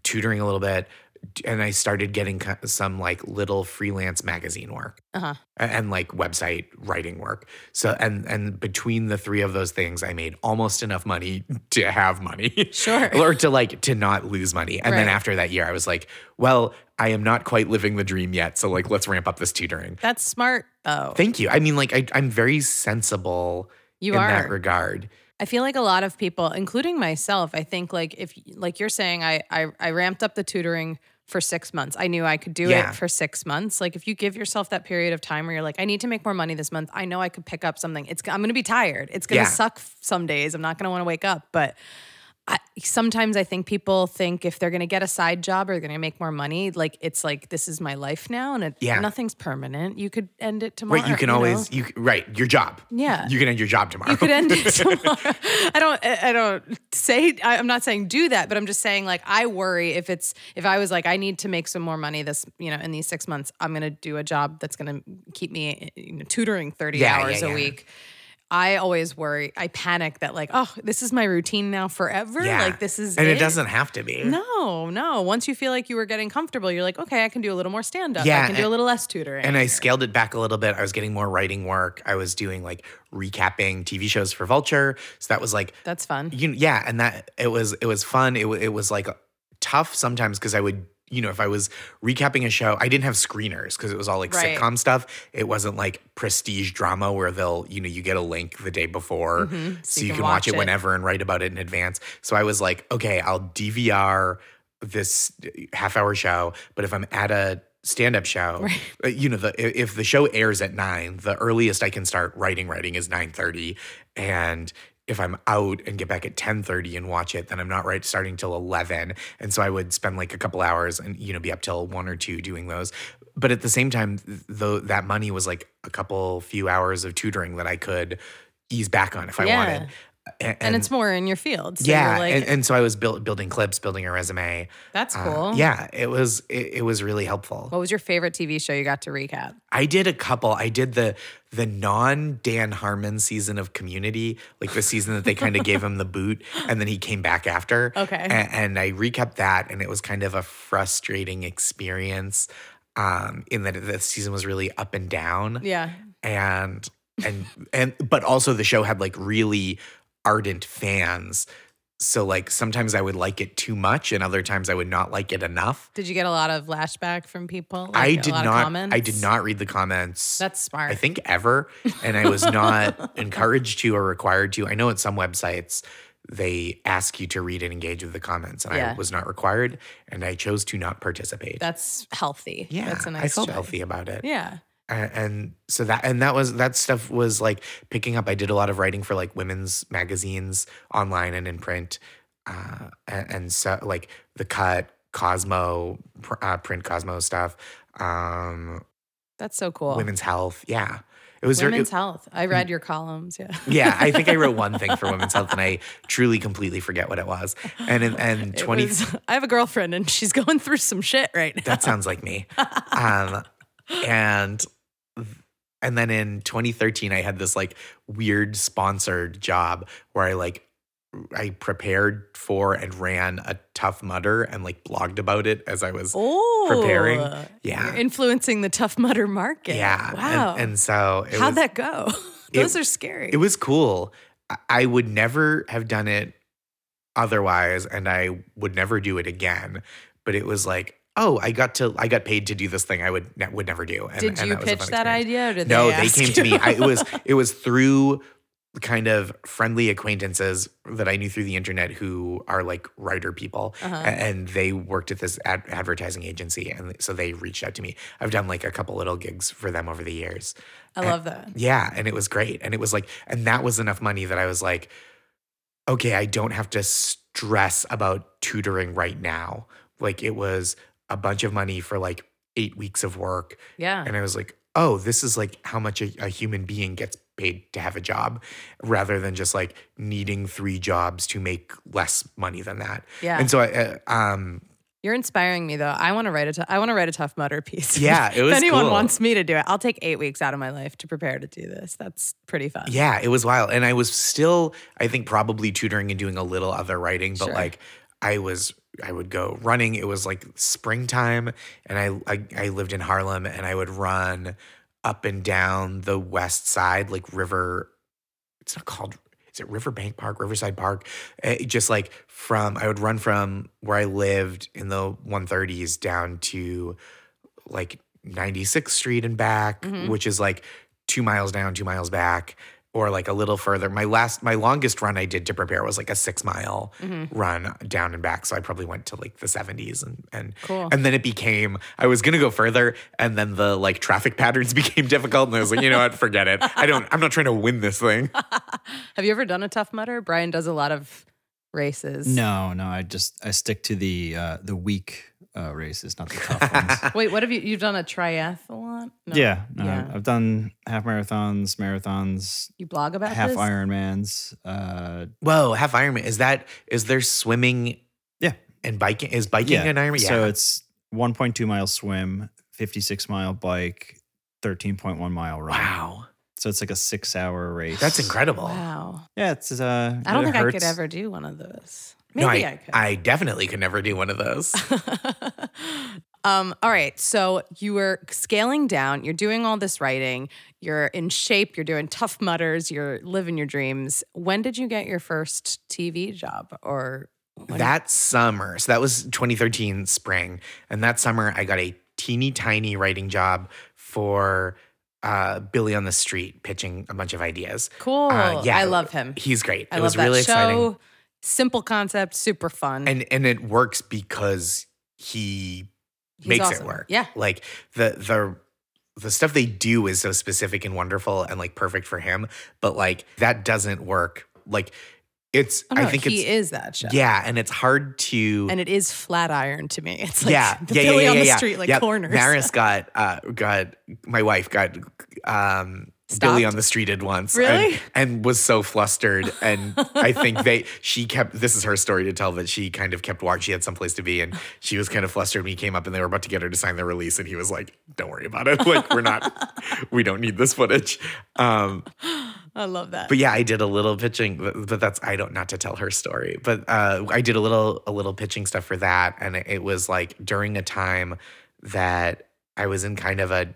S3: tutoring a little bit d- and i started getting co- some like little freelance magazine work
S1: Uh-huh.
S3: a- and like website writing work so and and between the three of those things i made almost enough money to have money
S1: Sure.
S3: or to like to not lose money. And then
S1: Right.
S3: after that year, I was like, well, I am not quite living the dream yet. So like, let's ramp up this tutoring.
S1: That's smart though.
S3: Thank you. I mean, like, I, I'm very sensible
S1: you
S3: in
S1: are.
S3: that regard.
S1: I feel like a lot of people, including myself, I think like if like you're saying, I I, I ramped up the tutoring for six months. I knew I could do
S3: Yeah.
S1: it for six months. Like if you give yourself that period of time where you're like, I need to make more money this month. I know I could pick up something. It's I'm gonna be tired. It's gonna
S3: Yeah.
S1: suck some days. I'm not gonna want to wake up, but. I, sometimes I think people think if they're going to get a side job or they're going to make more money, like it's like this is my life now, and it,
S3: Yeah.
S1: nothing's permanent. You could end it tomorrow.
S3: Right. You can
S1: know?
S3: always, you, c- right. Your job.
S1: Yeah.
S3: You can end your job tomorrow.
S1: you could end it tomorrow. I don't. I I don't say. I, I'm not saying do that, but I'm just saying like I worry if it's if I was like I need to make some more money this you know in these six months I'm gonna do a job that's gonna keep me you know, tutoring 30
S3: Yeah, yeah,
S1: hours a
S3: yeah.
S1: week. I always worry. I panic that like oh this is my routine now forever.
S3: yeah.
S1: Like this is
S3: and it. doesn't have to be.
S1: No, no. Once you feel like you were getting comfortable, you're like, okay, I can do a little more stand up. I
S3: Yeah,
S1: can do a
S3: and-
S1: little less tutoring.
S3: And I scaled it back a little bit. I was getting more writing work. I was doing like recapping TV shows for Vulture. So that was like
S1: That's fun.
S3: you yeah and that it was it was fun it, wa- it was like tough sometimes because i would you know if i was recapping a show i didn't have screeners because it was all like
S1: Right.
S3: sitcom stuff it wasn't like prestige drama where they'll you know you get a link the day before
S1: Mhm.
S3: Mm-hmm. so, you can, watch, it whenever and write about it in advance so i was like okay i'll dvr this half hour show but if i'm at a stand-up show
S1: Right.
S3: uh, you know the i- if the show airs at 9 the earliest i can start writing writing is 9.30 and if i'm out and get back at 10.30 and watch it then i'm not right starting till 11 and so i would spend like a couple hours and you know be up till 1 or 2 doing those but at the same time th- though that money was like a couple few hours of tutoring that i could ease back on if i
S1: Yeah.
S3: wanted A- and,
S1: And, it's more in your field. So
S3: yeah
S1: you're like,
S3: and, and so i was build, building clips building a resume
S1: that's
S3: Uh,
S1: cool. Oh.
S3: yeah it was it, it was really helpful
S1: What was your favorite TV show you got to recap?
S3: I did a couple. I did the the non Dan Harmon season of Community, like the season that they kind of gave him the boot, and then he came back after.
S1: Okay.
S3: A- And, I recapped that, and it was kind of a frustrating experience, um, in that the season was really up and down,
S1: Yeah.
S3: and and and but also the show had like really ardent fans. So like sometimes I would like it too much, and other times I would not like it enough.
S1: Did you get a lot of lashback from people? Like,
S3: I
S1: a
S3: did
S1: lot of
S3: not.
S1: comments?
S3: I did not read the comments.
S1: That's smart.
S3: I think ever, and I was not encouraged to or required to. I know at some websites they ask you to read and engage with the comments, and
S1: Yeah.
S3: I was not required, and I chose to not participate.
S1: that's healthy.
S3: yeah,
S1: That's a nice
S3: I felt
S1: choice.
S3: healthy about it,
S1: Yeah.
S3: A- and, so that and that was that stuff was like picking up. I did a lot of writing for like women's magazines online and in print, uh, a- and, so like the Cut, Cosmo, pr- uh, print Cosmo stuff, um,
S1: That's so cool.
S3: Women's Health. Yeah, it was Mm. very.
S1: Women's health. I read your columns. Yeah.
S3: yeah, I think I wrote one thing for women's health, and I truly completely forget what it was. And and, and
S1: It
S3: twenty.
S1: was- I have a girlfriend and she's going through some shit right now.
S3: that sounds like me. Um, and and then in 2013, I had this like weird sponsored job where I like I prepared for and ran a tough mutter and like blogged about it as I was.
S1: Oh.
S3: Preparing.
S1: You're
S3: Yeah,
S1: influencing the tough mutter market.
S3: yeah.
S1: Wow.
S3: And, and so it
S1: How'd
S3: was,
S1: that go?
S3: it-
S1: Those are scary.
S3: It was cool. I- I would never have done it otherwise, and I would never do it again. But it was like oh, I got to, I got paid to do this thing I would ne- would never do. And,
S1: Did
S3: and
S1: you
S3: was a
S1: pitch
S3: fun
S1: that
S3: experience.
S1: idea? Or did
S3: No,
S1: they,
S3: they
S1: ask
S3: came to
S1: you? Uh-huh.
S3: me. I, it was it was through kind of friendly acquaintances that I knew through the internet who are like writer people,
S1: Uh-huh.
S3: a- and they worked at this ad- advertising agency, and so they reached out to me. I've done like a couple little gigs for them over the years.
S1: I love that.
S3: Yeah, and it was great. And it was like, and that was enough money that I was like, okay, I don't have to stress about tutoring right now. Like it was a bunch of money for like eight weeks of work.
S1: Yeah.
S3: And I was like, oh, this is like how much a, a human being gets paid to have a job rather than just like needing three jobs to make less money than that.
S1: Yeah.
S3: And so I, uh, um,
S1: You're inspiring me though. I want to write a t- I want to write a tough mutter piece.
S3: yeah, it
S1: if
S3: was
S1: anyone
S3: cool.
S1: wants me to do it, I'll take eight weeks out of my life to prepare to do this. That's pretty fun.
S3: Yeah, it was wild. And I was still, I think, probably tutoring and doing a little other writing, but
S1: Sure.
S3: like I was, I would go running. It was like springtime, and I, I, I lived in Harlem, and I would run up and down the west side, like River. It's not called. Is it Riverbank Park, Riverside Park? Eh, just like from, I would run from where I lived in the 130s down to like 96th Street and back,
S2: Mm-hmm.
S1: Mhm.
S3: which is like two miles down, two miles back, or like a little further. My last, my longest run I did to prepare was like a six mile
S1: Mhm.
S2: Mm-hmm.
S3: run down and back. So I probably went to like the 70s and, and,
S2: Oh.
S1: Cool.
S3: and then it became, I was going to go further. And then the like traffic patterns became difficult. And I was like, you know what? Forget it. I don't, I'm not trying to win this thing.
S1: Have you ever done a tough mutter? Brian does a lot of races.
S2: No, no, I just I stick to the uh, the weak uh, races, not the tough ones.
S1: Wait, what have you you've done a triathlon? No.
S2: Yeah, no,
S1: Yeah.
S2: I've done half marathons, marathons,
S1: You blog about
S2: half
S1: this?
S2: Ironmans. Uh,
S3: Whoa, half Ironman. Is that, is there swimming?
S2: Yeah.
S3: And biking, is biking
S2: Yeah.
S3: an Ironman?
S2: So it's 1.2 mile swim, 56 mile bike, 13.1 mile run.
S3: wow.
S2: So it's like a six hour race.
S3: That's incredible.
S1: Wow.
S2: Yeah, it's uh.
S1: I don't
S2: it
S1: think I could
S2: hurts.
S1: ever do one of those.
S3: No,
S1: Maybe
S3: I,
S1: I could. Oh,
S3: I definitely could never do one of those.
S1: um, all right. So you were scaling down, you're doing all this writing, you're in shape, you're doing tough mutters, you're living your dreams. When did you get your first TV job or when-
S3: that summer, so that was 2013 spring, and that summer I got a teeny tiny writing job for uh, Billy on the Street, pitching a bunch of ideas.
S1: cool.
S3: uh, yeah.
S1: I love him.
S3: He's great.
S1: I
S3: it
S1: love
S3: was
S1: that
S3: really
S1: show.
S3: exciting.
S1: Simple concept, super fun.
S3: and and it works because he
S1: He's
S3: makes
S1: awesome.
S3: it work.
S1: Yeah.
S3: like the the the stuff they do is so specific and wonderful and like perfect for him, but like that doesn't work. Like it's,
S1: Oh, no,
S3: I think
S1: he
S3: it's.
S1: is that show.
S3: Yeah, and it's hard to
S1: And it is flat iron to me. It's like the Billy on the street, like
S3: Yep.
S1: corners.
S3: Maris got uh, got my wife got um,
S1: Stopped?
S3: Billy on the streeted once,
S1: Really?
S3: and, and was so flustered. And I think they she kept this is her story to tell that she kind of kept watching. She had someplace to be, and she was kind of flustered when he came up, and they were about to get her to sign the release, and he was like, "Don't worry about it. Like we're not, we don't need this footage." Um,
S1: I love that.
S3: but yeah, I did a little pitching, but but that's I don't not to tell her story, but uh, I did a little a little pitching stuff for that, and it- it was like during a time that I was in kind of a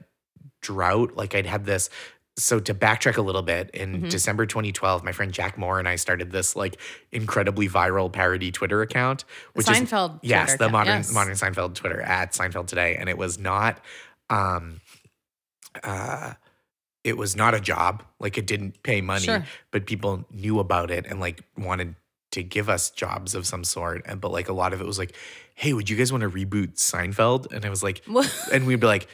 S3: drought. Like I'd had this. So to backtrack a little bit, in
S1: Mhm.
S3: December 2012, my friend Jack Moore and I started this like incredibly viral parody Twitter account, which is
S1: Seinfeld.
S3: yes,
S1: Twitter
S3: the
S1: account.
S3: modern
S1: Yes.
S3: modern Seinfeld Twitter at Seinfeld today, and it was not, um, uh, it was not a job. Like it didn't pay money,
S1: Sure.
S3: but people knew about it and like wanted to give us jobs of some sort. And but like a lot of it was like, hey, would you guys want to reboot Seinfeld? And I was like, and we'd be like.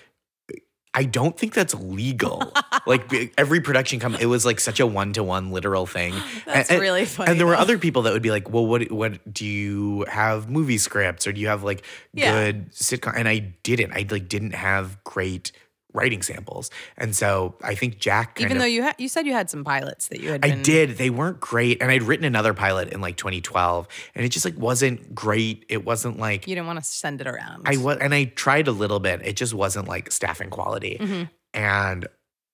S3: I don't think that's legal. like be- every production company, it was like such a one to one literal thing.
S1: That's
S3: and-
S1: really funny.
S3: And there were
S1: though.
S3: other people that would be like, "Well, what what do you have movie scripts or do you have like
S1: Yeah.
S3: good sitcom?" And I didn't. I like didn't have great writing samples. And so I think Jack kind
S1: Even
S3: of
S1: though you ha- you said you had some pilots that you had.
S3: I
S1: been-
S3: did. They weren't great. And I'd written another pilot in like 2012 and it just like wasn't great. It wasn't like
S1: You didn't want to send it around.
S3: I was and I tried a little bit. It just wasn't like staffing quality
S1: Mhm.
S3: and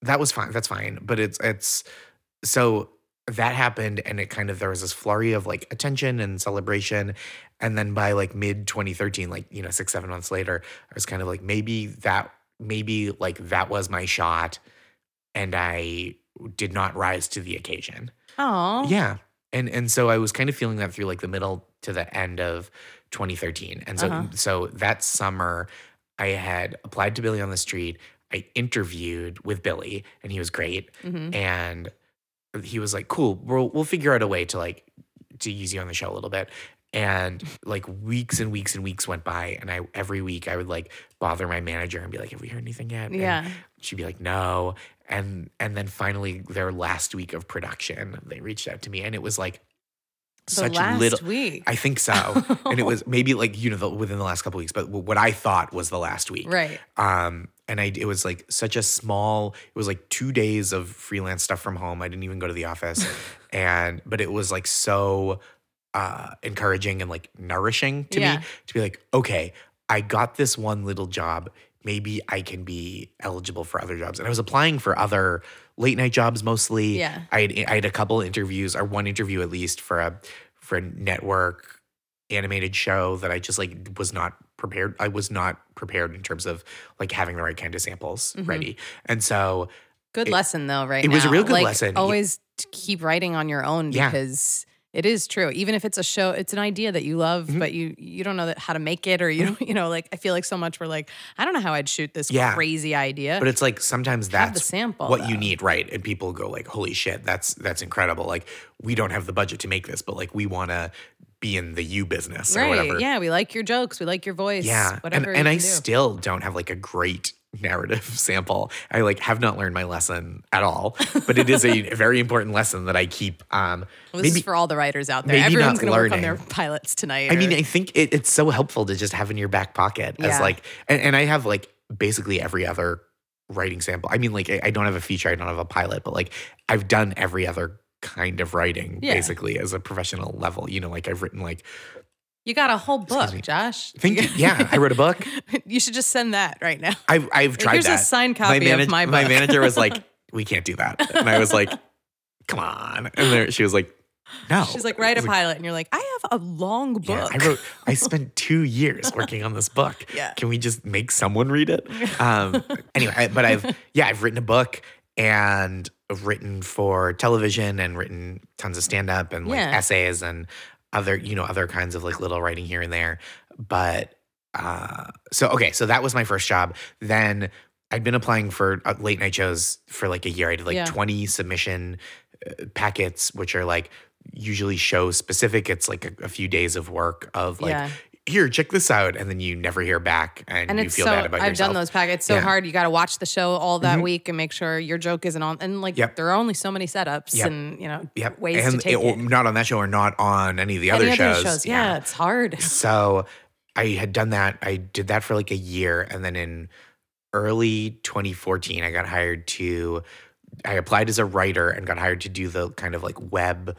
S3: that was fine that's fine but it's it's so that happened and it kind of there was this flurry of like attention and celebration and then by like mid 2013 like you know six seven months later i was kind of like maybe that maybe like that was my shot and i did not rise to the occasion
S1: Oh.
S3: yeah and and so i was kind of feeling that through like the middle to the end of 2013. And so mm,
S1: Uh-huh.
S3: so that summer I had applied to Billy on the Street. I interviewed with Billy and he was great
S1: hmm
S3: and he was like, "Cool, we'll we'll figure out a way to like to use you on the show a little bit." And
S1: Mm-hmm.
S3: like weeks and weeks and weeks went by, and I every week I would like bother my manager and be like, "Have we heard anything yet?" And
S1: Yeah.
S3: she'd be like, "No," and and then finally their last week of production, they reached out to me, and it was like
S1: The
S3: such
S1: last
S3: little.
S1: week.
S3: I think so, and it was maybe like you know the, within the last couple weeks, but w- what I thought was the last week,
S1: right.
S3: um, and I it was like such a small. It was like two days of freelance stuff from home. I didn't even go to the office, and but it was like so uh, encouraging and like nourishing to
S1: Yeah.
S3: me to be like, okay, I got this one little job. Maybe I can be eligible for other jobs. And I was applying for other late night jobs mostly.
S1: Yeah.
S3: I had I had a couple interviews or one interview at least for a for a network animated show that I just like was not prepared. I was not prepared in terms of like having the right kind of samples
S1: Mhm.
S3: ready. And so
S1: Good
S3: it-
S1: lesson though, right?
S3: it was a
S1: now.
S3: real good
S1: Like,
S3: lesson. Y-
S1: Always t- keep writing on your own
S3: Yeah.
S1: because it is true. Even if it's a show, it's an idea that you love,
S3: Mhm.
S1: but you you don't know that how to make it, or you don't, you know, like I feel like so much we're like, I don't know how I'd shoot this
S3: Mm-hmm. Yeah.
S1: crazy idea.
S3: but it's like sometimes
S1: Have the
S3: that's
S1: sample.
S3: what
S1: though.
S3: you need, right? And people go like, "Holy shit, that's that's incredible!" Like we don't have the budget to make this, but like we want to be in the you business or
S1: right?
S3: whatever.
S1: Yeah, we like your jokes, we like your voice.
S3: Yeah. And,
S1: whatever.
S3: and
S1: you
S3: I
S1: can do.
S3: still don't have like a great narrative sample. I like have not learned my lesson at all, but it is a very important lesson that I keep. Um,
S1: Well, this
S3: maybe,
S1: is for all the writers out there.
S3: maybe not
S1: Everyone's gonna work on their
S3: learning.
S1: pilots tonight.
S3: I mean,
S1: or-
S3: I think it, it's so helpful to just have in your back pocket
S1: Yeah.
S3: as like, and, and I have like basically every other writing sample. I mean, like I, I don't have a feature, I don't have a pilot, but like I've done every other kind of writing
S1: Yeah.
S3: basically as a professional level. You know, like I've written like,
S1: you got a whole book,
S3: me.
S1: Josh.
S3: think, yeah, I wrote a book.
S1: you should just send that right now.
S3: I've, I've tried
S1: Here's
S3: that.
S1: a signed copy
S3: manag-
S1: of my book.
S3: manager was like, "We can't do that," and I was like, "Come on!" And there, she was like, "No."
S1: She's like, write
S3: I
S1: a
S3: was
S1: pilot, and you're like, I have a long book.
S3: Yeah, I wrote. I spent two years working on this book.
S1: Yeah.
S3: Can we just make someone read it? Um, anyway, I, but I've yeah, I've written a book and I've written for television and written tons of stand up and like
S1: Yeah.
S3: essays and other you know other kinds of like little writing here and there. But uh, so okay, so that was my first job. Then I'd been applying for uh, late night shows for like a year. I did like
S1: Yeah.
S3: twenty submission uh, packets, which are like usually show specific. It's like a, a few days of work of like,
S1: Yeah.
S3: here, check this out, and then you never hear back, and,
S1: and
S3: you
S1: it's
S3: feel
S1: so
S3: bad about
S1: I've
S3: yourself.
S1: done those packets so
S3: Yeah.
S1: hard. You got to watch the show all that
S3: Mhm.
S1: week and make sure your joke isn't on. And like
S3: Yep.
S1: there are only so many setups
S3: Yep.
S1: and you know
S3: Yep.
S1: ways to
S3: and
S1: take it.
S3: or not on that show or not on any of the
S1: Any
S3: other shows.
S1: Yeah, it's hard.
S3: so I had done that. I did that for like a year, and then in early 2014, I got hired to. I applied as a writer and got hired to do the kind of like web,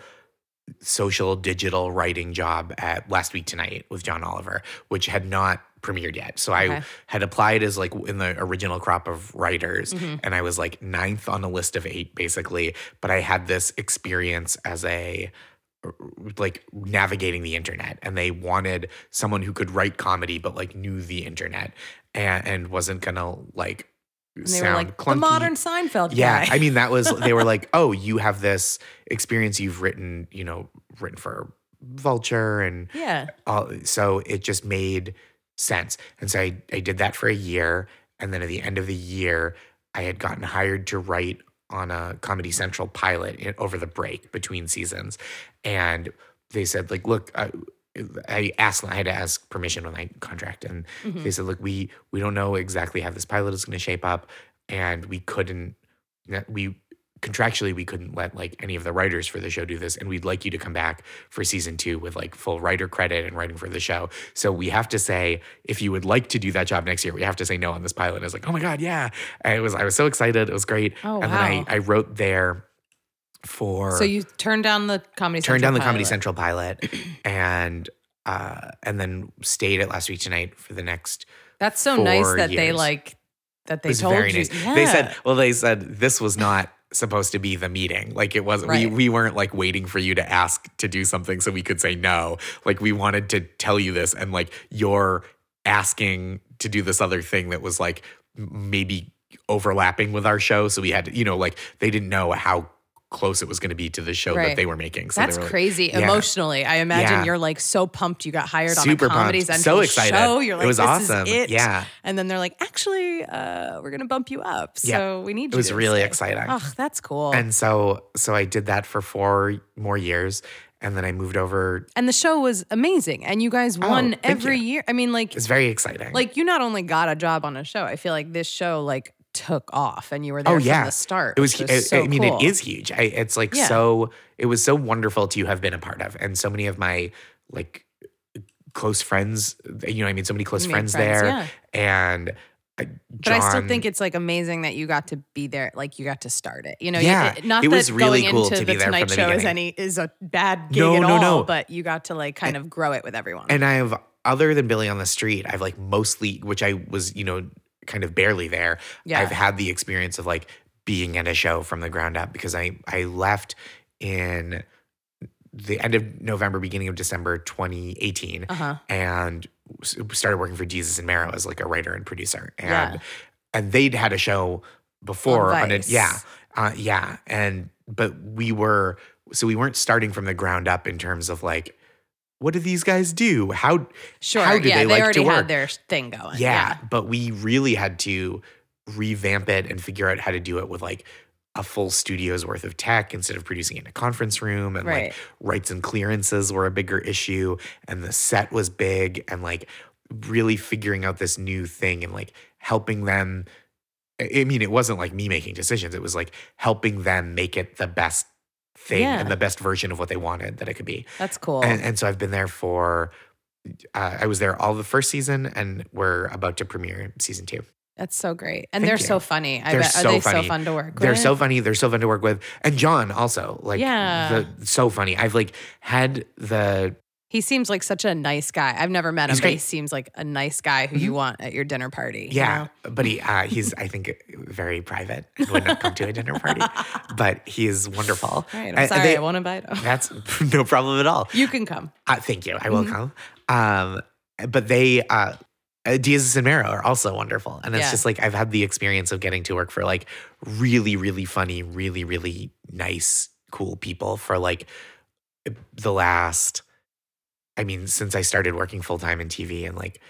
S3: social, digital writing job at Last Week Tonight with John Oliver, which had not premiered yet. So
S1: Okay.
S3: I had applied as like in the original crop of writers,
S1: Mhm.
S3: and I was like ninth on a list of eight, basically. But I had this experience as a like navigating the internet and they wanted someone who could write comedy but like knew the internet and, and wasn't gonna like
S1: And they were
S3: sound
S1: like
S3: clunky
S1: the modern Seinfeld
S3: yeah
S1: guy.
S3: i mean that was they were like oh you have this experience you've written you know written for vulture and
S1: yeah.
S3: all, so it just made sense. And so I, I did that for a year. And then at the end of the year, I had gotten hired to write on a Comedy Central pilot in, over the break between seasons. And they said, like, look, I, I asked, I had to ask permission on my contract. And
S1: Mhm.
S3: they said, look, we, we don't know exactly how this pilot is going to shape up. And we couldn't, we contractually, we couldn't let like any of the writers for the show do this. And we'd like you to come back for season two with like full writer credit and writing for the show. So we have to say, if you would like to do that job next year, we have to say no on this pilot. And I was like, oh my God, yeah. And it was, I was so excited. It was great.
S1: Oh,
S3: and
S1: wow.
S3: then I, I wrote there for
S1: So you turned down the comedy.
S3: turned down the
S1: Central
S3: Comedy
S1: pilot.
S3: Central pilot and uh, and then stayed at last week tonight for the next
S1: That's so nice
S3: for
S1: that they
S3: years.
S1: like that they
S3: it was
S1: told
S3: very
S1: you.
S3: nice.
S1: Yeah.
S3: They said, well, they said this was not supposed to be the meeting. Like it wasn't.
S1: Right.
S3: We we weren't like waiting for you to ask to do something so we could say no. Like we wanted to tell you this, and like you're asking to do this other thing that was like m- maybe overlapping with our show. So we had to, you know, like they didn't know how close it was going to be to the show
S1: Right.
S3: that they were making. So
S1: That's
S3: they were like,
S1: crazy
S3: yeah.
S1: emotionally. I imagine
S3: Yeah.
S1: you're like so pumped you got hired
S3: Super
S1: on a Comedy
S3: pumped.
S1: Central
S3: So excited.
S1: show. You're
S3: It
S1: like,
S3: was
S1: this
S3: awesome.
S1: is it.
S3: Yeah.
S1: And then they're like, actually, uh, we're going to bump you up. So
S3: Yeah.
S1: we need you.
S3: It was
S1: to
S3: really
S1: stay."
S3: exciting.
S1: Oh, that's cool. And,
S3: And so so I did that for four more years. And then I moved over.
S1: the show was amazing. And you guys won
S3: Oh, thank
S1: every year. I mean, like,
S3: It's very exciting.
S1: like you not only got a job on a show, I feel like this show like took off and you were there
S3: Oh,
S1: from
S3: yeah.
S1: the start.
S3: it was,
S1: which
S3: hu- I-
S1: so
S3: I mean,
S1: cool.
S3: it is huge. I, it's like
S1: Yeah.
S3: so, it was so wonderful to have been a part of. And so many of my like close friends, you know, what I mean, so many close
S1: You made
S3: friends,
S1: friends,
S3: there.
S1: yeah.
S3: And uh, John,
S1: But I still think it's like amazing that you got to be there, like you got to start it. You know,
S3: Yeah,
S1: it, not
S3: it was
S1: that
S3: really
S1: going
S3: cool
S1: into
S3: to
S1: the
S3: be there from
S1: Tonight
S3: the
S1: Show is
S3: beginning.
S1: any is a bad gig
S3: No,
S1: at
S3: no,
S1: all.
S3: no.
S1: But you got to like kind of grow it with everyone.
S3: And I have, other than Billy on the Street, I've like mostly, which I was, you know, kind of barely there.
S1: Yeah.
S3: I've had the experience of like being at a show from the ground up because I, I left in the end of November, beginning of December 2018.
S1: uh huh.
S3: and s- started working for Jesus and Marrow as like a writer and producer.
S1: Yeah.
S3: And and they'd had a show before on, it.
S1: Vice.
S3: Yeah. Uh, yeah. And but we were so we weren't starting from the ground up in terms of like, what do these guys do? How
S1: Sure.
S3: How do
S1: yeah,
S3: they like to
S1: already had
S3: work?
S1: their thing going.
S3: yeah, but we really had to revamp it and figure out how to do it with like a full studio's worth of tech instead of producing it in a conference room and
S1: Right.
S3: like rights and clearances were a bigger issue and the set was big and like really figuring out this new thing and like helping them I I mean it wasn't like me making decisions it was like helping them make it the best thing
S1: Yeah.
S3: and the best version of what they wanted that it could be
S1: That's cool.
S3: and, and so I've been there for, uh, I was there all the first season, and we're about to premiere season two.
S1: That's so great. And
S3: Thank
S1: they're
S3: you.
S1: so funny. I
S3: They're
S1: bet. Are
S3: so
S1: they so
S3: funny.
S1: fun to work
S3: They're
S1: with?
S3: so funny. They're so fun to work with, and John also like
S1: Yeah.
S3: the, so funny. I've like had the
S1: He seems like such a nice guy. I've never met him,
S3: He's
S1: but he
S3: great. Mm-hmm.
S1: seems like a nice guy who you want at your dinner party. you
S3: yeah,
S1: know?
S3: but he uh, he's I think very private and would not come to a dinner party, but he is wonderful.
S1: All right.
S3: And-
S1: I'm
S3: and
S1: sorry.
S3: they-
S1: I won't invite him.
S3: that's no problem at all.
S1: You can come.
S3: Uh, thank you. I will come. Um, but they, uh, uh, Diaz and Mero are also wonderful. And it's
S1: Yeah.
S3: just like, I've had the experience of getting to work for like really, really funny, really, really nice, cool people for like the last, I mean, since I started working full time in TV in like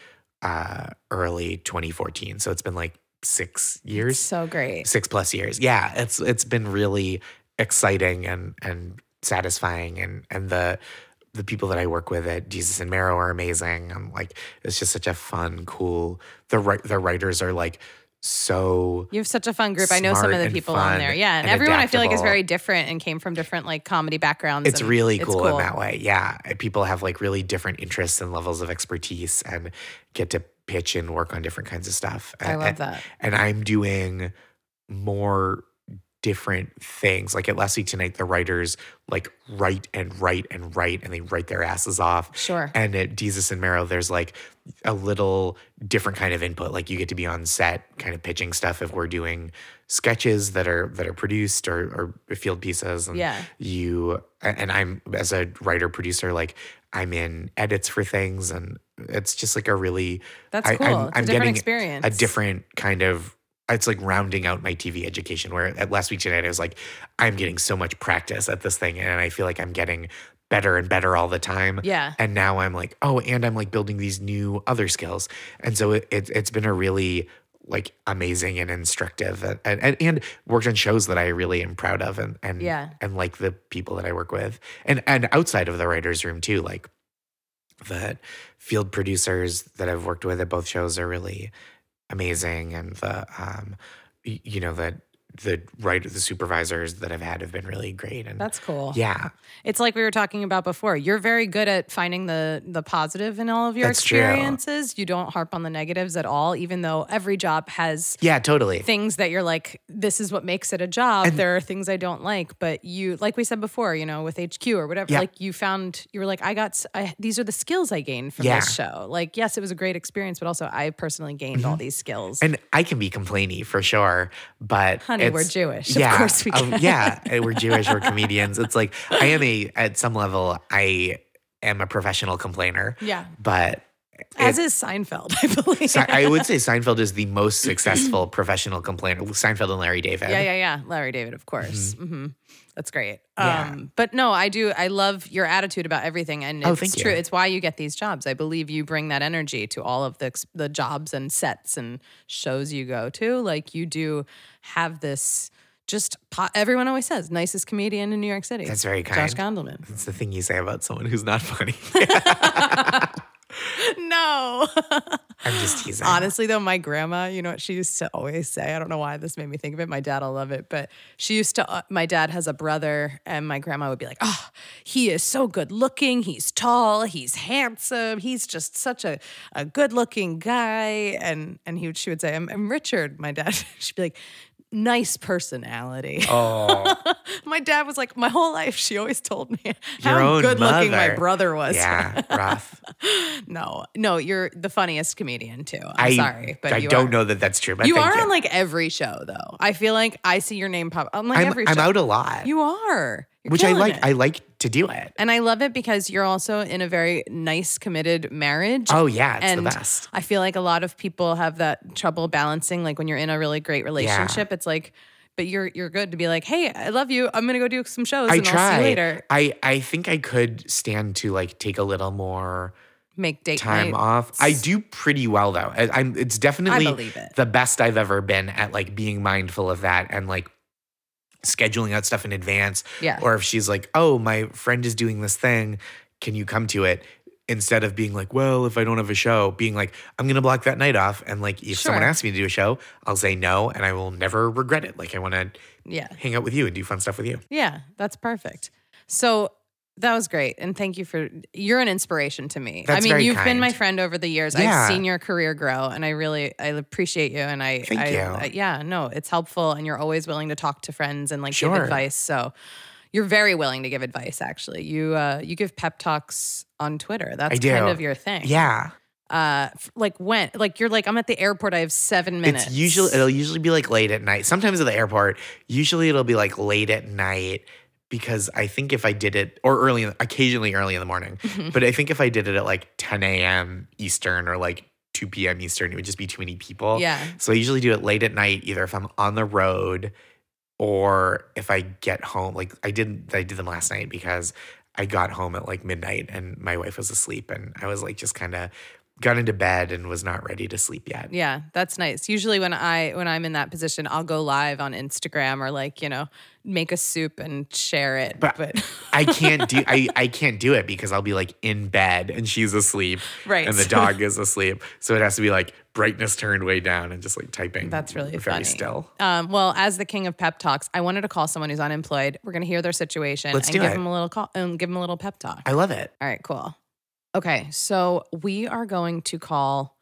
S3: uh, early 2014. So it's been like six years
S1: So great.
S3: six plus years. Yeah, it's it's been really exciting and and satisfying, and and the the people that I work with at Jesus and Marrow are amazing. I'm like, it's just such a fun, cool. The wri- the writers are like so.
S1: You have such a fun group. I know some
S3: smart
S1: of the
S3: and
S1: people on
S3: fun
S1: there. Yeah. And,
S3: and
S1: everyone I feel like is
S3: adaptable.
S1: very different and came from different like comedy backgrounds.
S3: It's
S1: and
S3: really cool, in that way. Yeah, people have like really different interests and levels of expertise, and get to pitch and work on different kinds of stuff.
S1: I
S3: And-
S1: love that.
S3: and I'm doing more different things. Like at Last Week Tonight, the writers like write and write and write, and they write their asses off.
S1: Sure.
S3: And at Jesus and Marrow, there's like a little different kind of input. Like you get to be on set, kind of pitching stuff if we're doing sketches that are that are produced or, or field pieces. And
S1: Yeah.
S3: you and I'm as a writer producer, like I'm in edits for things, and it's just like a really
S1: That's
S3: I-
S1: cool.
S3: I'm-
S1: it's a
S3: I'm
S1: different
S3: getting
S1: experience.
S3: a different kind of it's like rounding out my TV education where at last week tonight I was like, I'm getting so much practice at this thing and I feel like I'm getting better and better all the time.
S1: Yeah.
S3: And now I'm like, oh, and I'm like building these new other skills. And so it, it, it's been a really like amazing and instructive and, and, and worked on shows that I really am proud of and, and,
S1: Yeah.
S3: and like the people that I work with and, and outside of the writer's room too, like the field producers that I've worked with at both shows are really amazing, and the um, y- you know the the writer, the supervisors that I've had have been really great, and
S1: That's cool.
S3: yeah,
S1: It's like we were talking about before. You're very good at finding the the positive in all of your
S3: That's true.
S1: experiences. You don't harp on the negatives at all, even though every job has
S3: yeah, totally.
S1: things that you're like, this is what makes it a job.
S3: And-
S1: there are things I don't like, but you, like we said before, you know, with HQ or whatever,
S3: Yeah.
S1: like you found, you were like, I got, s I these are the skills I gained from
S3: Yeah. Mm-hmm.
S1: this show. Like, yes, it was a great experience, but also I personally gained all these skills.
S3: and I can be complainy for sure, but
S1: Honey, we're
S3: it's-
S1: Jewish. of course we
S3: um,
S1: can.
S3: yeah, and we're Jewish. We're comedians. It's like I am a at some level I am a professional complainer,
S1: yeah.
S3: but
S1: As is Seinfeld, I believe.
S3: Se- I would say Seinfeld is the most successful professional complainer. Seinfeld and Larry David.
S1: Yeah, yeah, yeah. Larry David, of course. hmm That's great.
S3: Mm-hmm. Yeah.
S1: Um, but no, I do. I love your attitude about everything, and it's
S3: Oh, thank
S1: true.
S3: you.
S1: It's why you get these jobs. I believe you bring that energy to all of the ex- the jobs and sets and shows you go to. Like you do have this. Just po- everyone always says nicest comedian in New York City.
S3: That's very
S1: Josh
S3: kind.
S1: Gondelman.
S3: It's the thing you say about someone who's not funny.
S1: No.
S3: I'm just teasing.
S1: Honestly, though, my grandma, you know what she used to always say? I don't know why this made me think of it. My dad will love it, but she used to, uh, my dad has a brother, and my grandma would be like, oh, he is so good looking. He's tall. He's handsome. He's just such a, a good looking guy. And, and he would, she would say, I'm, I'm Richard, my dad. She'd be like, nice personality.
S3: Oh,
S1: my dad was like, my whole life, she always told me
S3: Your
S1: how
S3: own
S1: good looking my
S3: mother.
S1: brother was.
S3: yeah, rough.
S1: No, no, you're the funniest comedian too. I'm
S3: I-
S1: sorry, but
S3: I
S1: you
S3: don't
S1: are.
S3: know that that's true. But
S1: You
S3: thank
S1: are on like every show though. I feel like I see your name pop on like
S3: I'm,
S1: every
S3: I'm
S1: show.
S3: out a lot,
S1: you are, You're
S3: which I
S1: killing
S3: like.
S1: it.
S3: I like to do it.
S1: and I love it because you're also in a very nice, committed marriage.
S3: Oh yeah, it's
S1: and
S3: the best.
S1: I feel like a lot of people have that trouble balancing. Like when you're in a really great relationship, it's like, but you're you're good to be like, hey, I love you. I'm gonna go do some shows.
S3: I
S1: and I'll see
S3: try.
S1: you later.
S3: I I think I could stand to like take a little more
S1: Make date
S3: time
S1: night.
S3: off. I do pretty well though. I, I'm. It's definitely
S1: believe it.
S3: the best I've ever been at like being mindful of that and like scheduling out stuff in advance.
S1: Yeah.
S3: Or if she's like, "Oh, my friend is doing this thing, can you come to it?" Instead of being like, "Well, if I don't have a show," being like, "I'm gonna block that night off," and like if someone
S1: Sure.
S3: asks me to do a show, I'll say no, and I will never regret it. Like I want to
S1: yeah.
S3: hang out with you and do fun stuff with you.
S1: Yeah, that's perfect. So that was great. And thank you for you're an inspiration to me. I
S3: That's
S1: mean,
S3: very
S1: you've been my
S3: kind.
S1: friend over the years.
S3: Yeah.
S1: I've seen your career grow and I really I appreciate you and I
S3: Thank
S1: I,
S3: you.
S1: I- yeah, no, it's helpful and you're always willing to talk to friends and like give
S3: Sure.
S1: advice. So you're very willing to give advice actually. You uh you give pep talks on Twitter. That's
S3: do.
S1: kind of your thing.
S3: Yeah.
S1: Uh f- like when like you're like I'm at the airport I have 7 minutes.
S3: It's usually it'll usually be like late at night. Sometimes at the airport, usually it'll be like late at night because I think if I did it or early, in- occasionally early in the morning, but I think if I did it at like 10 a.m. Eastern or like 2 p.m. Eastern, it would just be too many people.
S1: Yeah.
S3: So I usually do it late at night, either if I'm on the road or if I get home. Like I did, I did them last night because I got home at like midnight and my wife was asleep, and I was like just kind of got into bed and was not ready to sleep yet.
S1: Yeah, that's nice. Usually when I when I'm in that position, I'll go live on Instagram or like, you know, make a soup and share it. But,
S3: But- I can't do I, I can't do it because I'll be like in bed and she's asleep.
S1: Right.
S3: And the dog is asleep. So it has to be like brightness turned way down and just like typing.
S1: That's really
S3: very
S1: funny.
S3: still.
S1: um, well, as the king of pep talks, I wanted to call someone who's unemployed. We're going to hear their situation
S3: Let's
S1: and
S3: do
S1: give
S3: it.
S1: them a little call and give them a little pep talk.
S3: I love it.
S1: All right, cool. Okay, so we are going to call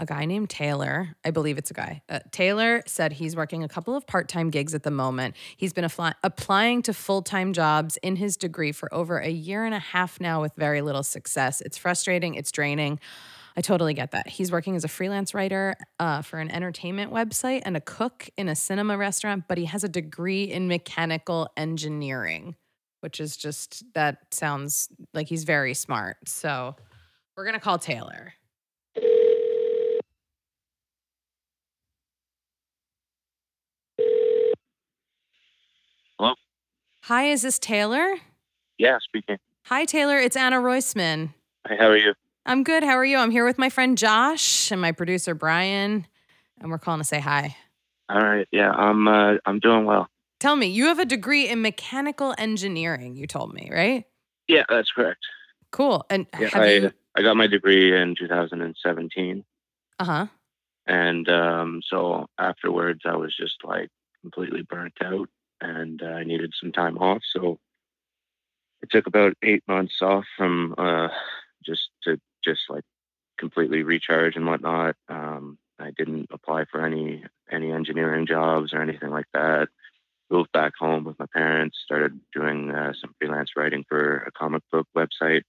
S1: a guy named Taylor. I believe it's a guy. Uh, Taylor said he's working a couple of part time gigs at the moment. He's been affli- applying to full time jobs in his degree for over a year and a half now with very little success. It's frustrating, it's draining. I totally get that. He's working as a freelance writer uh, for an entertainment website and a cook in a cinema restaurant, but he has a degree in mechanical engineering which is just that sounds like he's very smart. So we're gonna call Taylor.
S4: Hello?
S1: Hi, is this Taylor?
S4: Yeah, speaking.
S1: Hi, Taylor. It's Anna Roisman.
S4: Hey, how are you?
S1: I'm good. How are you? I'm here with my friend Josh and my producer Brian, and we're calling to say hi.
S4: All right. Yeah, I'm. Uh, I'm doing well.
S1: Tell me, you have a degree in mechanical engineering. You told me, right?
S4: Yeah, that's correct.
S1: Cool. And
S4: Yeah,
S1: have
S4: I
S1: you?
S4: I got my degree in 2017,
S1: Uh huh.
S4: and um, so afterwards I was just like completely burnt out, and uh, I needed some time off. So it took about eight months off from uh, just to just like completely recharge and whatnot. Um, I didn't apply for any any engineering jobs or anything like that. Moved back home with my parents. Started doing uh, some freelance writing for a comic book website,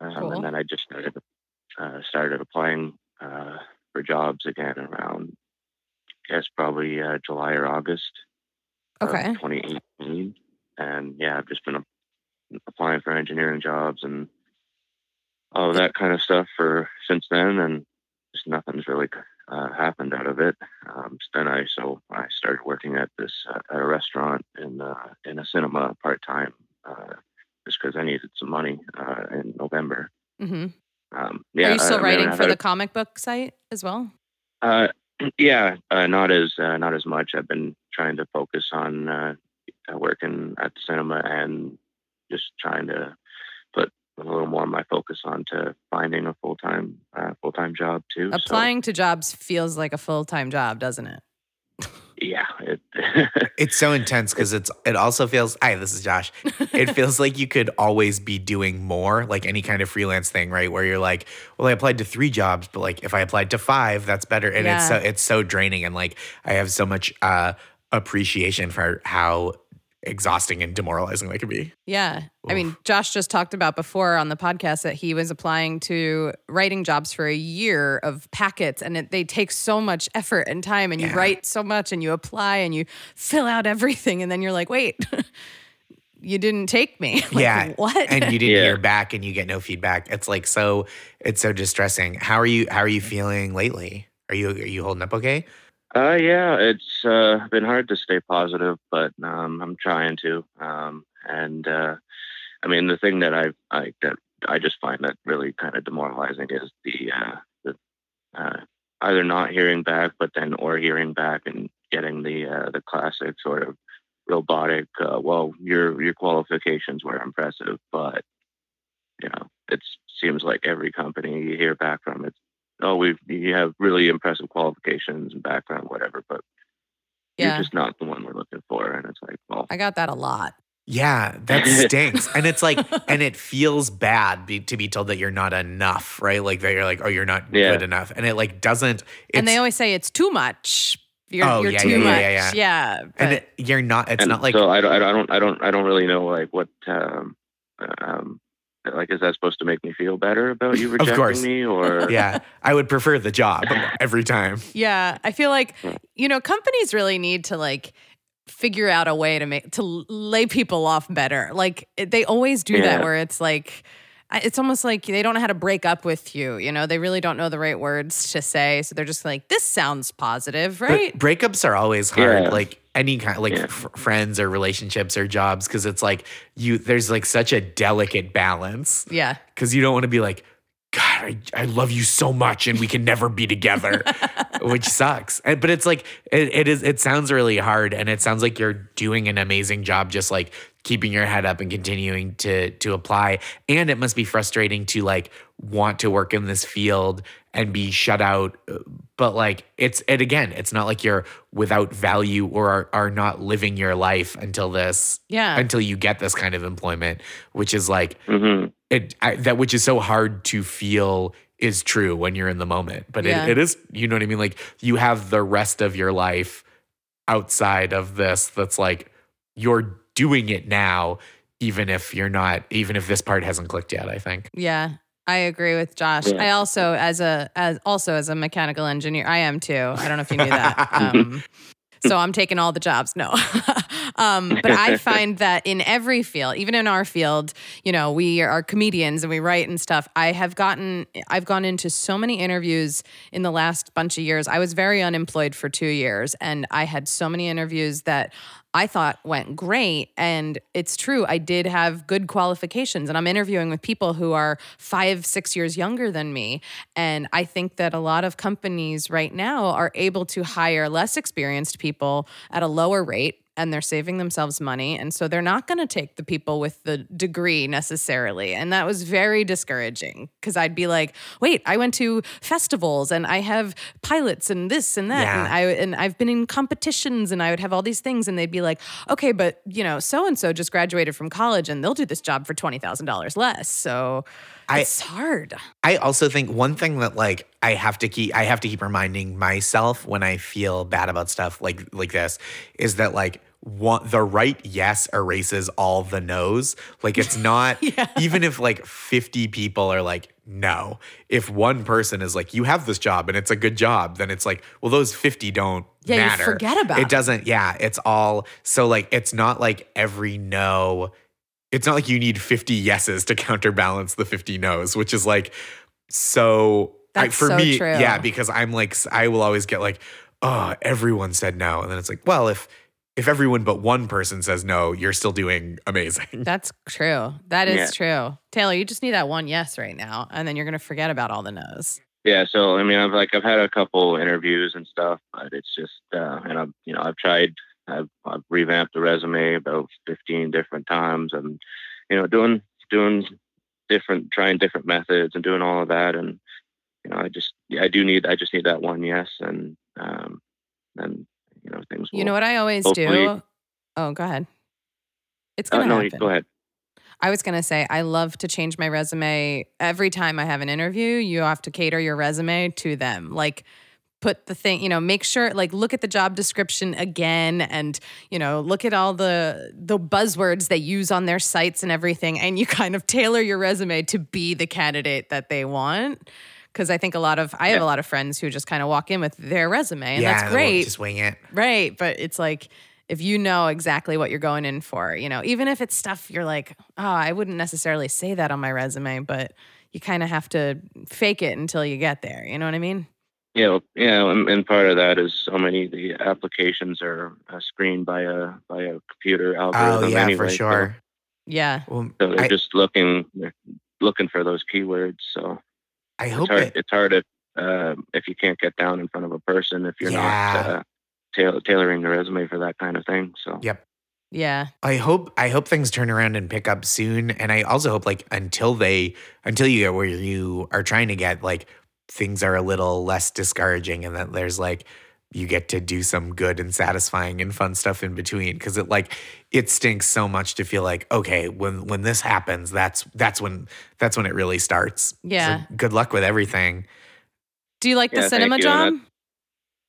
S4: um,
S1: Cool.
S4: and then I just started uh, started applying uh, for jobs again around, I guess probably uh, July or August. of
S1: Okay.
S4: 2018, and yeah, I've just been a- applying for engineering jobs and all of that kind of stuff for since then, and just nothing's really uh, happened out of it. Um, so then I so I started working at this uh, at a restaurant in uh, in a cinema part time, uh, just because I needed some money uh, in November.
S1: hmm
S4: Um, yeah,
S1: Are you still
S4: I- I mean,
S1: writing
S4: I've
S1: for
S4: had
S1: the comic book site as well?
S4: Uh, yeah, uh, not as uh, not as much. I've been trying to focus on uh, uh, working at the cinema and just trying to put a little more of my focus onto finding a full time uh, full time job too. So,
S1: Applying to jobs feels like a full time job, doesn't it?
S4: yeah, it,
S3: It's so intense because it's it also feels hi, this is Josh. It feels like you could always be doing more, like any kind of freelance thing, right? Where you're like, well, I applied to three jobs, but like if I applied to five, that's better. And it's so
S1: Yeah.
S3: it's so draining. And like I have so much uh appreciation for how exhausting and demoralizing that can be.
S1: Yeah. I mean,
S3: Oof.
S1: Josh just talked about before on the podcast that he was applying to writing jobs for a year of packets, and it, they take so much effort and time, and you
S3: Yeah.
S1: write so much, and you apply, and you fill out everything, and then you're like, wait, you didn't take me. Like,
S3: Yeah.
S1: What?
S3: And you didn't
S4: Yeah.
S3: hear back and you get no feedback. It's like so it's so distressing. How are you how are you feeling lately? Are you are you holding up okay?
S4: uh, yeah, it's uh, been hard to stay positive, but um, I'm trying to. Um, and uh, I mean, the thing that I, I that I just find that really kind of demoralizing is the uh, the uh, either not hearing back, but then or hearing back and getting the uh, the classic sort of robotic. Uh, well, your your qualifications were impressive, but you know it seems like every company you hear back from it's oh we you have really impressive qualifications and background whatever, but
S1: yeah.
S4: you're just not the one we're looking for, and it's like well
S1: I got that a lot.
S3: Yeah, that stinks. and it's like, and it feels bad be, to be told that you're not enough, right? Like that you're like, oh, you're not
S4: Yeah.
S3: good enough. And it like doesn't, it's,
S1: and they always say it's too much. You're,
S3: Oh,
S1: you're
S3: yeah,
S1: too
S3: yeah,
S1: much.
S3: yeah, yeah,
S1: Yeah. but-
S3: and it, you're not, it's
S4: and
S3: not like,
S4: so I don't, I don't I don't I don't really know like what um, um like is that supposed to make me feel better about you rejecting
S3: course.
S4: me or
S3: yeah, I would prefer the job every time.
S1: Yeah, I feel like
S4: Yeah.
S1: you know companies really need to like figure out a way to make to l- lay people off better. Like it- they always do that
S4: Yeah.
S1: where it's like I- it's almost like they don't know how to break up with you, you know? They really don't know the right words to say, so they're just like this sounds positive, right?
S3: But breakups are always hard.
S4: Yeah.
S3: Like any kind, like
S4: Yeah.
S3: f- friends or relationships or jobs, because it's like you, there's like such a delicate balance
S1: yeah.
S3: because you don't want to be like, God, I, I love you so much and we can never be together. which sucks. And, but it's like it, it is. It sounds really hard, and it sounds like you're doing an amazing job, just like keeping your head up and continuing to to apply. And it must be frustrating to like want to work in this field and be shut out. But like it's it again. It's not like you're without value or are, are not living your life until this
S1: Yeah.
S3: until you get this kind of employment, which is like
S4: hmm
S3: it I, that which is so hard to feel is true when you're in the moment but
S1: Yeah.
S3: it, it is you know what i mean like you have the rest of your life outside of this that's like you're doing it now even if you're not even if this part hasn't clicked yet i think
S1: Yeah, I agree with Josh.
S4: Yeah.
S1: I also, as a as also as a mechanical engineer, I am too. I don't know if you knew that. Um, so I'm taking all the jobs. No, um, but I find that in every field, even in our field, you know, we are comedians and we write and stuff. I have gotten, I've gone into so many interviews in the last bunch of years. I was very unemployed for two years, and I had so many interviews that I thought went great. And it's true, I did have good qualifications, and I'm interviewing with people who are five, six years younger than me. And I think that a lot of companies right now are able to hire less experienced people at a lower rate. And they're saving themselves money. And so they're not going to take the people with the degree necessarily. And that was very discouraging because I'd be like, wait, I went to festivals and I have pilots and this and that.
S3: Yeah.
S1: And I I and I've been in competitions and I would have all these things and they'd be like, okay, but you know, so and so just graduated from college and they'll do this job for twenty thousand dollars less. So
S3: I-
S1: it's hard.
S3: I also think one thing that like I have to keep I have to keep reminding myself when I feel bad about stuff like like this is that like one, the right yes erases all the no's. Like it's not
S1: Yeah.
S3: even if like 50 people are like no. If one person is like you have this job and it's a good job, then it's like well those 50 don't
S1: Yeah, you
S3: matter.
S1: forget about
S3: it
S1: it.
S3: doesn't yeah, it's all so like it's not like every no it's not like you need 50 yeses to counterbalance the 50 nos, which is like so I,
S1: That's
S3: for
S1: so
S3: me,
S1: true.
S3: yeah, because I'm like I will always get like, oh, everyone said no, and then it's like, well, if if everyone but one person says no, you're still doing amazing.
S1: That's true. That is true. Taylor, you just need that one yes right now, and then you're going to forget about all the no's.
S4: Yeah, so I mean, I've like I've had a couple interviews and stuff, but it's just uh, and I've you know I've tried I've, I've revamped the resume about fifteen different times, and you know doing doing different trying different methods and doing all of that, and you know I just yeah, I do need I just need that one yes, and um and you know things.
S1: You know what I always do?
S4: Hopefully-
S1: Oh, go ahead. It's
S4: Oh
S1: going to
S4: no, you-
S1: happen.
S4: go ahead.
S1: I was going to say, I love to change my resume. Every time I have an interview, you have to cater your resume to them. Like, put the thing, you know, make sure, like, look at the job description again and, you know, look at all the the buzzwords they use on their sites and everything. And you kind of tailor your resume to be the candidate that they want. Cause I think a lot of, I have a lot of friends who just kind of walk in with their resume and
S3: yeah,
S1: that's
S3: then we'll
S1: great.
S3: Just wing it.
S1: Right. But it's like, if you know exactly what you're going in for, you know, even if it's stuff you're like, oh, I wouldn't necessarily say that on my resume, but you kind of have to fake it until you get there. You know what I mean?
S4: Yeah, well, yeah, and, and part of that is so many of the applications are uh, screened by a by a computer algorithm.
S3: Oh yeah,
S4: anyway,
S3: for
S4: so-
S3: sure.
S1: Yeah.
S3: Well,
S4: So they're
S3: I-
S4: just looking they're looking for those keywords. So
S3: I
S4: it's
S3: hope
S4: hard.
S3: it.
S4: It's hard if uh, if you can't get down in front of a person if you're not
S3: Yeah.
S4: uh, tail tailoring your resume for that kind of thing. So
S3: Yeah.
S1: Yeah.
S3: I hope I hope things turn around and pick up soon. And I also hope like until they until you get where you are trying to get, like things are a little less discouraging and that there's like you get to do some good and satisfying and fun stuff in between. Cause it like it stinks so much to feel like, okay, when when this happens, that's that's when that's when it really starts. So
S1: Yeah.
S3: good luck with everything.
S1: Do you like
S4: Yeah,
S1: the
S4: thank
S1: cinema,
S4: you. And
S1: John?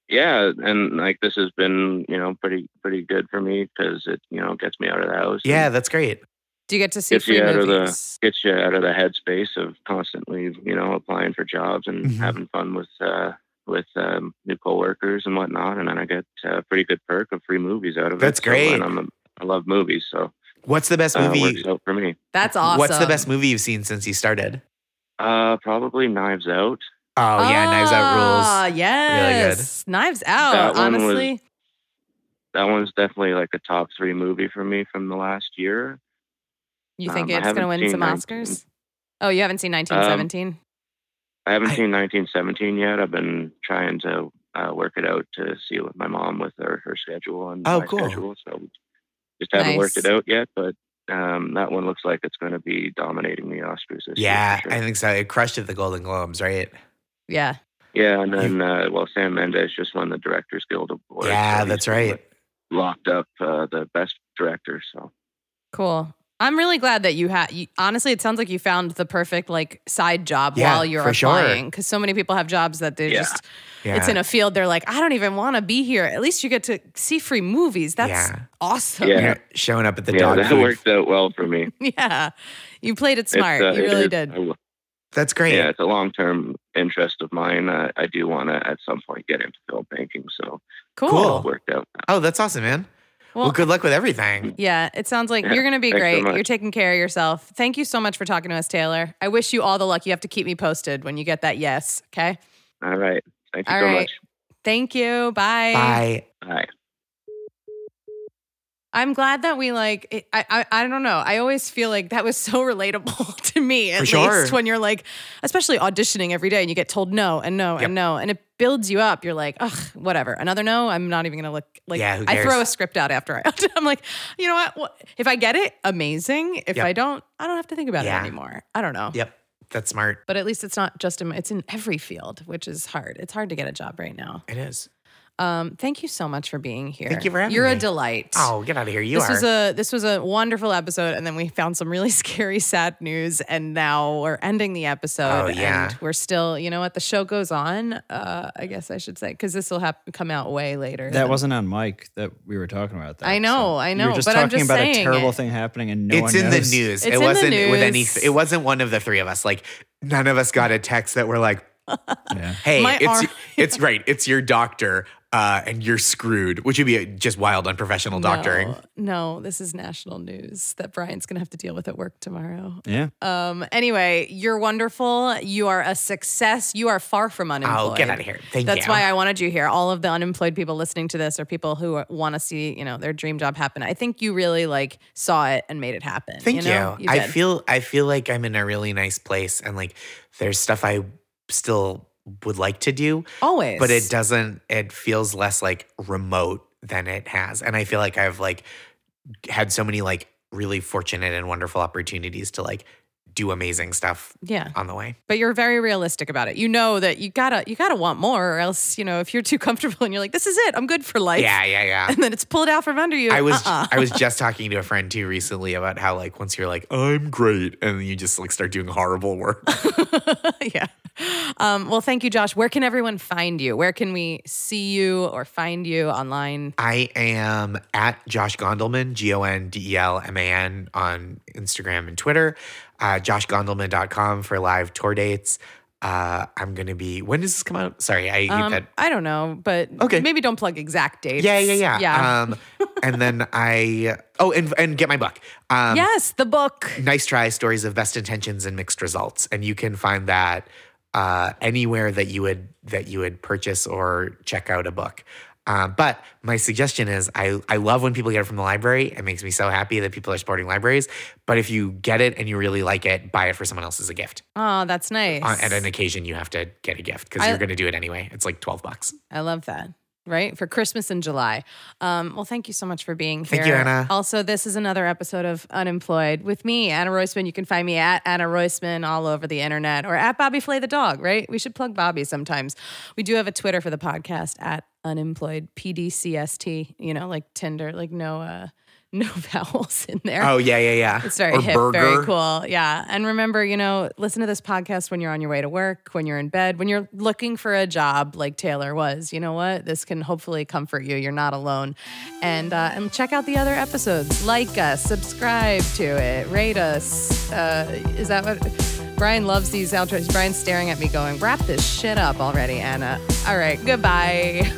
S4: yeah, and like this has been you know pretty pretty good for me because it you know gets me out of the house. and
S3: Yeah, that's great.
S1: Do you get to see
S4: Gets you
S1: free
S4: out of the-
S1: movies?
S4: Gets you out of the headspace of constantly, you know, applying for jobs and
S3: Mhm.
S4: having fun with uh, with um, new coworkers and whatnot, and then I get a pretty good perk of free movies out of
S3: That's
S4: it. So, and
S3: great.
S4: I'm a, I love movies, so
S3: What's the best
S4: uh,
S3: movie?
S4: works out for me.
S1: That's awesome.
S3: What's the best movie you've seen since you started?
S4: Uh, probably Knives Out.
S3: Oh yeah, Knives Out rules.
S1: Ah, Yes. Knives Out,
S4: That one was-
S1: honestly.
S4: That one's definitely like a top three movie for me from the last year.
S1: you think
S4: um, I
S1: it's going to
S4: haven't
S1: win
S4: seen
S1: some
S4: 19.
S1: Oscars? Oh, you haven't seen 1917?
S4: I haven't
S3: I-
S4: seen 1917 yet. I've been trying to uh, work it out to see with my mom with her, her schedule and
S3: Oh,
S4: my
S3: cool.
S4: schedule. So just haven't worked it
S1: Nice.
S4: out yet, but um, that one looks like it's going to be dominating the Oscars this year.
S3: Yeah,
S4: for
S3: I
S4: sure.
S3: think so. It crushed at the Golden Globes, right?
S1: yeah.
S4: yeah, and then uh, well, Sam Mendes just won the Directors Guild Award. so
S3: yeah,
S4: he's
S3: that's
S4: been,
S3: right.
S4: like, Locked up uh, the best director. So
S1: Cool. I'm really glad that you had. Honestly, it sounds like you found the perfect like side job
S3: Yeah,
S1: while you're
S3: for sure.
S1: applying because so many people have jobs that they are
S4: Yeah.
S1: just
S3: Yeah.
S1: it's in a field they're like I don't even want to be here. At least you get to see free movies. That's
S3: Yeah.
S1: awesome.
S4: Yeah.
S3: You're showing up at the
S4: yeah,
S3: dog
S4: that
S3: food.
S4: worked out well for me.
S1: Yeah. You played it
S4: It's,
S1: smart.
S4: uh,
S1: you
S4: it
S1: really
S4: is-
S1: did.
S4: I will-
S3: That's great.
S4: Yeah, it's a long term interest of mine. Uh, I do want to at some point get into film banking, so
S1: Cool.
S3: cool.
S4: it worked out.
S3: Oh, that's awesome, man. Well,
S1: Well-
S3: good luck with everything.
S1: Yeah, it sounds like
S4: Yeah,
S1: you're going to be
S4: thanks so
S1: great.
S4: much.
S1: you're taking care of yourself. Thank you so much for talking to us, Taylor. I wish you all the luck. You have to keep me posted when you get that yes. Okay.
S4: All right, thank you
S1: All
S4: so
S1: right.
S4: much.
S1: Thank you.
S3: Bye.
S4: Bye.
S1: I'm glad that we like. it- I, I I don't know. I always feel like that was so relatable to me. At
S3: sure.
S1: least when you're like, especially auditioning every day, and you get told no and no
S3: Yep.
S1: and no, and it builds you up. You're like, ugh, whatever. Another no. I'm not even gonna look. Like,
S3: Yeah, who
S1: I throw a
S3: cares?
S1: script out after I. I'm like, you know what? What- If I get it, amazing. If
S3: Yep.
S1: I don't, I don't have to think about
S3: Yeah.
S1: it anymore. I don't know.
S3: Yep. That's smart.
S1: But at least it's not just in. It's in every field, which is hard. It's hard to get a job right now.
S3: It is.
S1: Um, thank you so much for being here.
S3: Thank you for having
S1: You're a
S3: me.
S1: delight
S3: Oh, get out of here. You
S1: this
S3: are.
S1: was a this was a wonderful episode, and then we found some really scary, sad news, and now we're ending the episode.
S3: Oh, yeah.
S1: and we're still, you know what? The show goes on. Uh, I guess I should say because this will hap- come out way later.
S2: That
S1: than-
S2: wasn't on Mike that we were talking about. That
S1: I know, I
S2: You
S1: know,
S2: were just
S1: but I'm
S2: talking
S1: just
S2: about a
S1: saying
S2: terrible
S1: it.
S2: thing happening, and no
S3: it's
S2: one
S3: in
S2: knows.
S3: the
S1: It's
S3: news.
S1: in
S3: it
S1: the
S3: wasn't with any
S1: news.
S3: it wasn't one of the three of us. Like none of us got a text that were like,
S2: Yeah.
S3: hey,
S1: My
S3: it's
S1: arm-
S3: it's right. It's your doctor. uh, and you're screwed, which would be just wild unprofessional doctoring.
S1: No, no, this is national news that Brian's going to have to deal with at work tomorrow.
S2: Yeah.
S1: Um. Anyway, you're wonderful. You are a success. You are far from unemployed.
S3: Oh, get out of here. Thank
S1: That's
S3: you.
S1: why I wanted you here. All of the unemployed people listening to this are people who want to see, you know, their dream job happen. I think you really like saw it and made it happen.
S3: Thank you.
S1: know?
S3: I
S1: did.
S3: feel I feel like I'm in a really nice place and like there's stuff I still would like to do,
S1: always,
S3: but it doesn't it feels less like remote than it has. And I feel like I've like had so many like really fortunate and wonderful opportunities to like do amazing stuff
S1: Yeah,
S3: on the way.
S1: but you're very realistic about it. You know that you gotta you gotta want more, or else you know if you're too comfortable and you're like, this is it, I'm good for life.
S3: yeah, yeah, yeah.
S1: and then it's pulled out from under you.
S3: I was
S1: Uh-uh.
S3: I was just talking to a friend too recently about how like once you're like I'm great and then you just like start doing horrible work.
S1: yeah. Um, well, thank you, Josh. Where can everyone find you? Where can we see you or find you online?
S3: I am at Josh Gondelman G O N D E L M A N on Instagram and Twitter. Uh, JoshGondelman.com for live tour dates. Uh, I'm gonna be. When does this come out? Sorry, I hate that.
S1: Um, I don't know, but
S3: Okay.
S1: maybe don't plug exact dates.
S3: Yeah, yeah, yeah.
S1: yeah.
S3: Um, and then I. Oh, and and get my book. Um,
S1: yes, the book.
S3: Nice try. Stories of best intentions and mixed results, and you can find that uh, anywhere that you would that you would purchase or check out a book. Uh, but my suggestion is, I I love when people get it from the library. It makes me so happy that people are supporting libraries. But if you get it and you really like it, buy it for someone else as a gift.
S1: Oh, that's nice.
S3: On, at an occasion, you have to get a gift because
S1: I-
S3: you're going to do it anyway. It's like twelve bucks.
S1: I love that. Right for Christmas in July. Um, well, thank you so much for being here.
S3: Thank you, Anna.
S1: Also, this is another episode of Unemployed with me, Anna Roisman. You can find me at Anna Roisman all over the internet or at Bobby Flay the dog. Right? We should plug Bobby sometimes. We do have a Twitter for the podcast at Unemployed PDCST. You know, like Tinder, like no uh, no vowels in there.
S3: Oh yeah, yeah, yeah.
S1: It's very
S3: Or
S1: hip, very cool. Yeah. And remember, you know, listen to this podcast when you're on your way to work, when you're in bed, when you're looking for a job like Taylor was. You know what? This can hopefully comfort you. You're not alone. And uh, and check out the other episodes. Like us, subscribe to it, rate us. Uh, is that what Brian loves these outros? Brian's staring at me going, wrap this shit up already, Anna. All right, goodbye.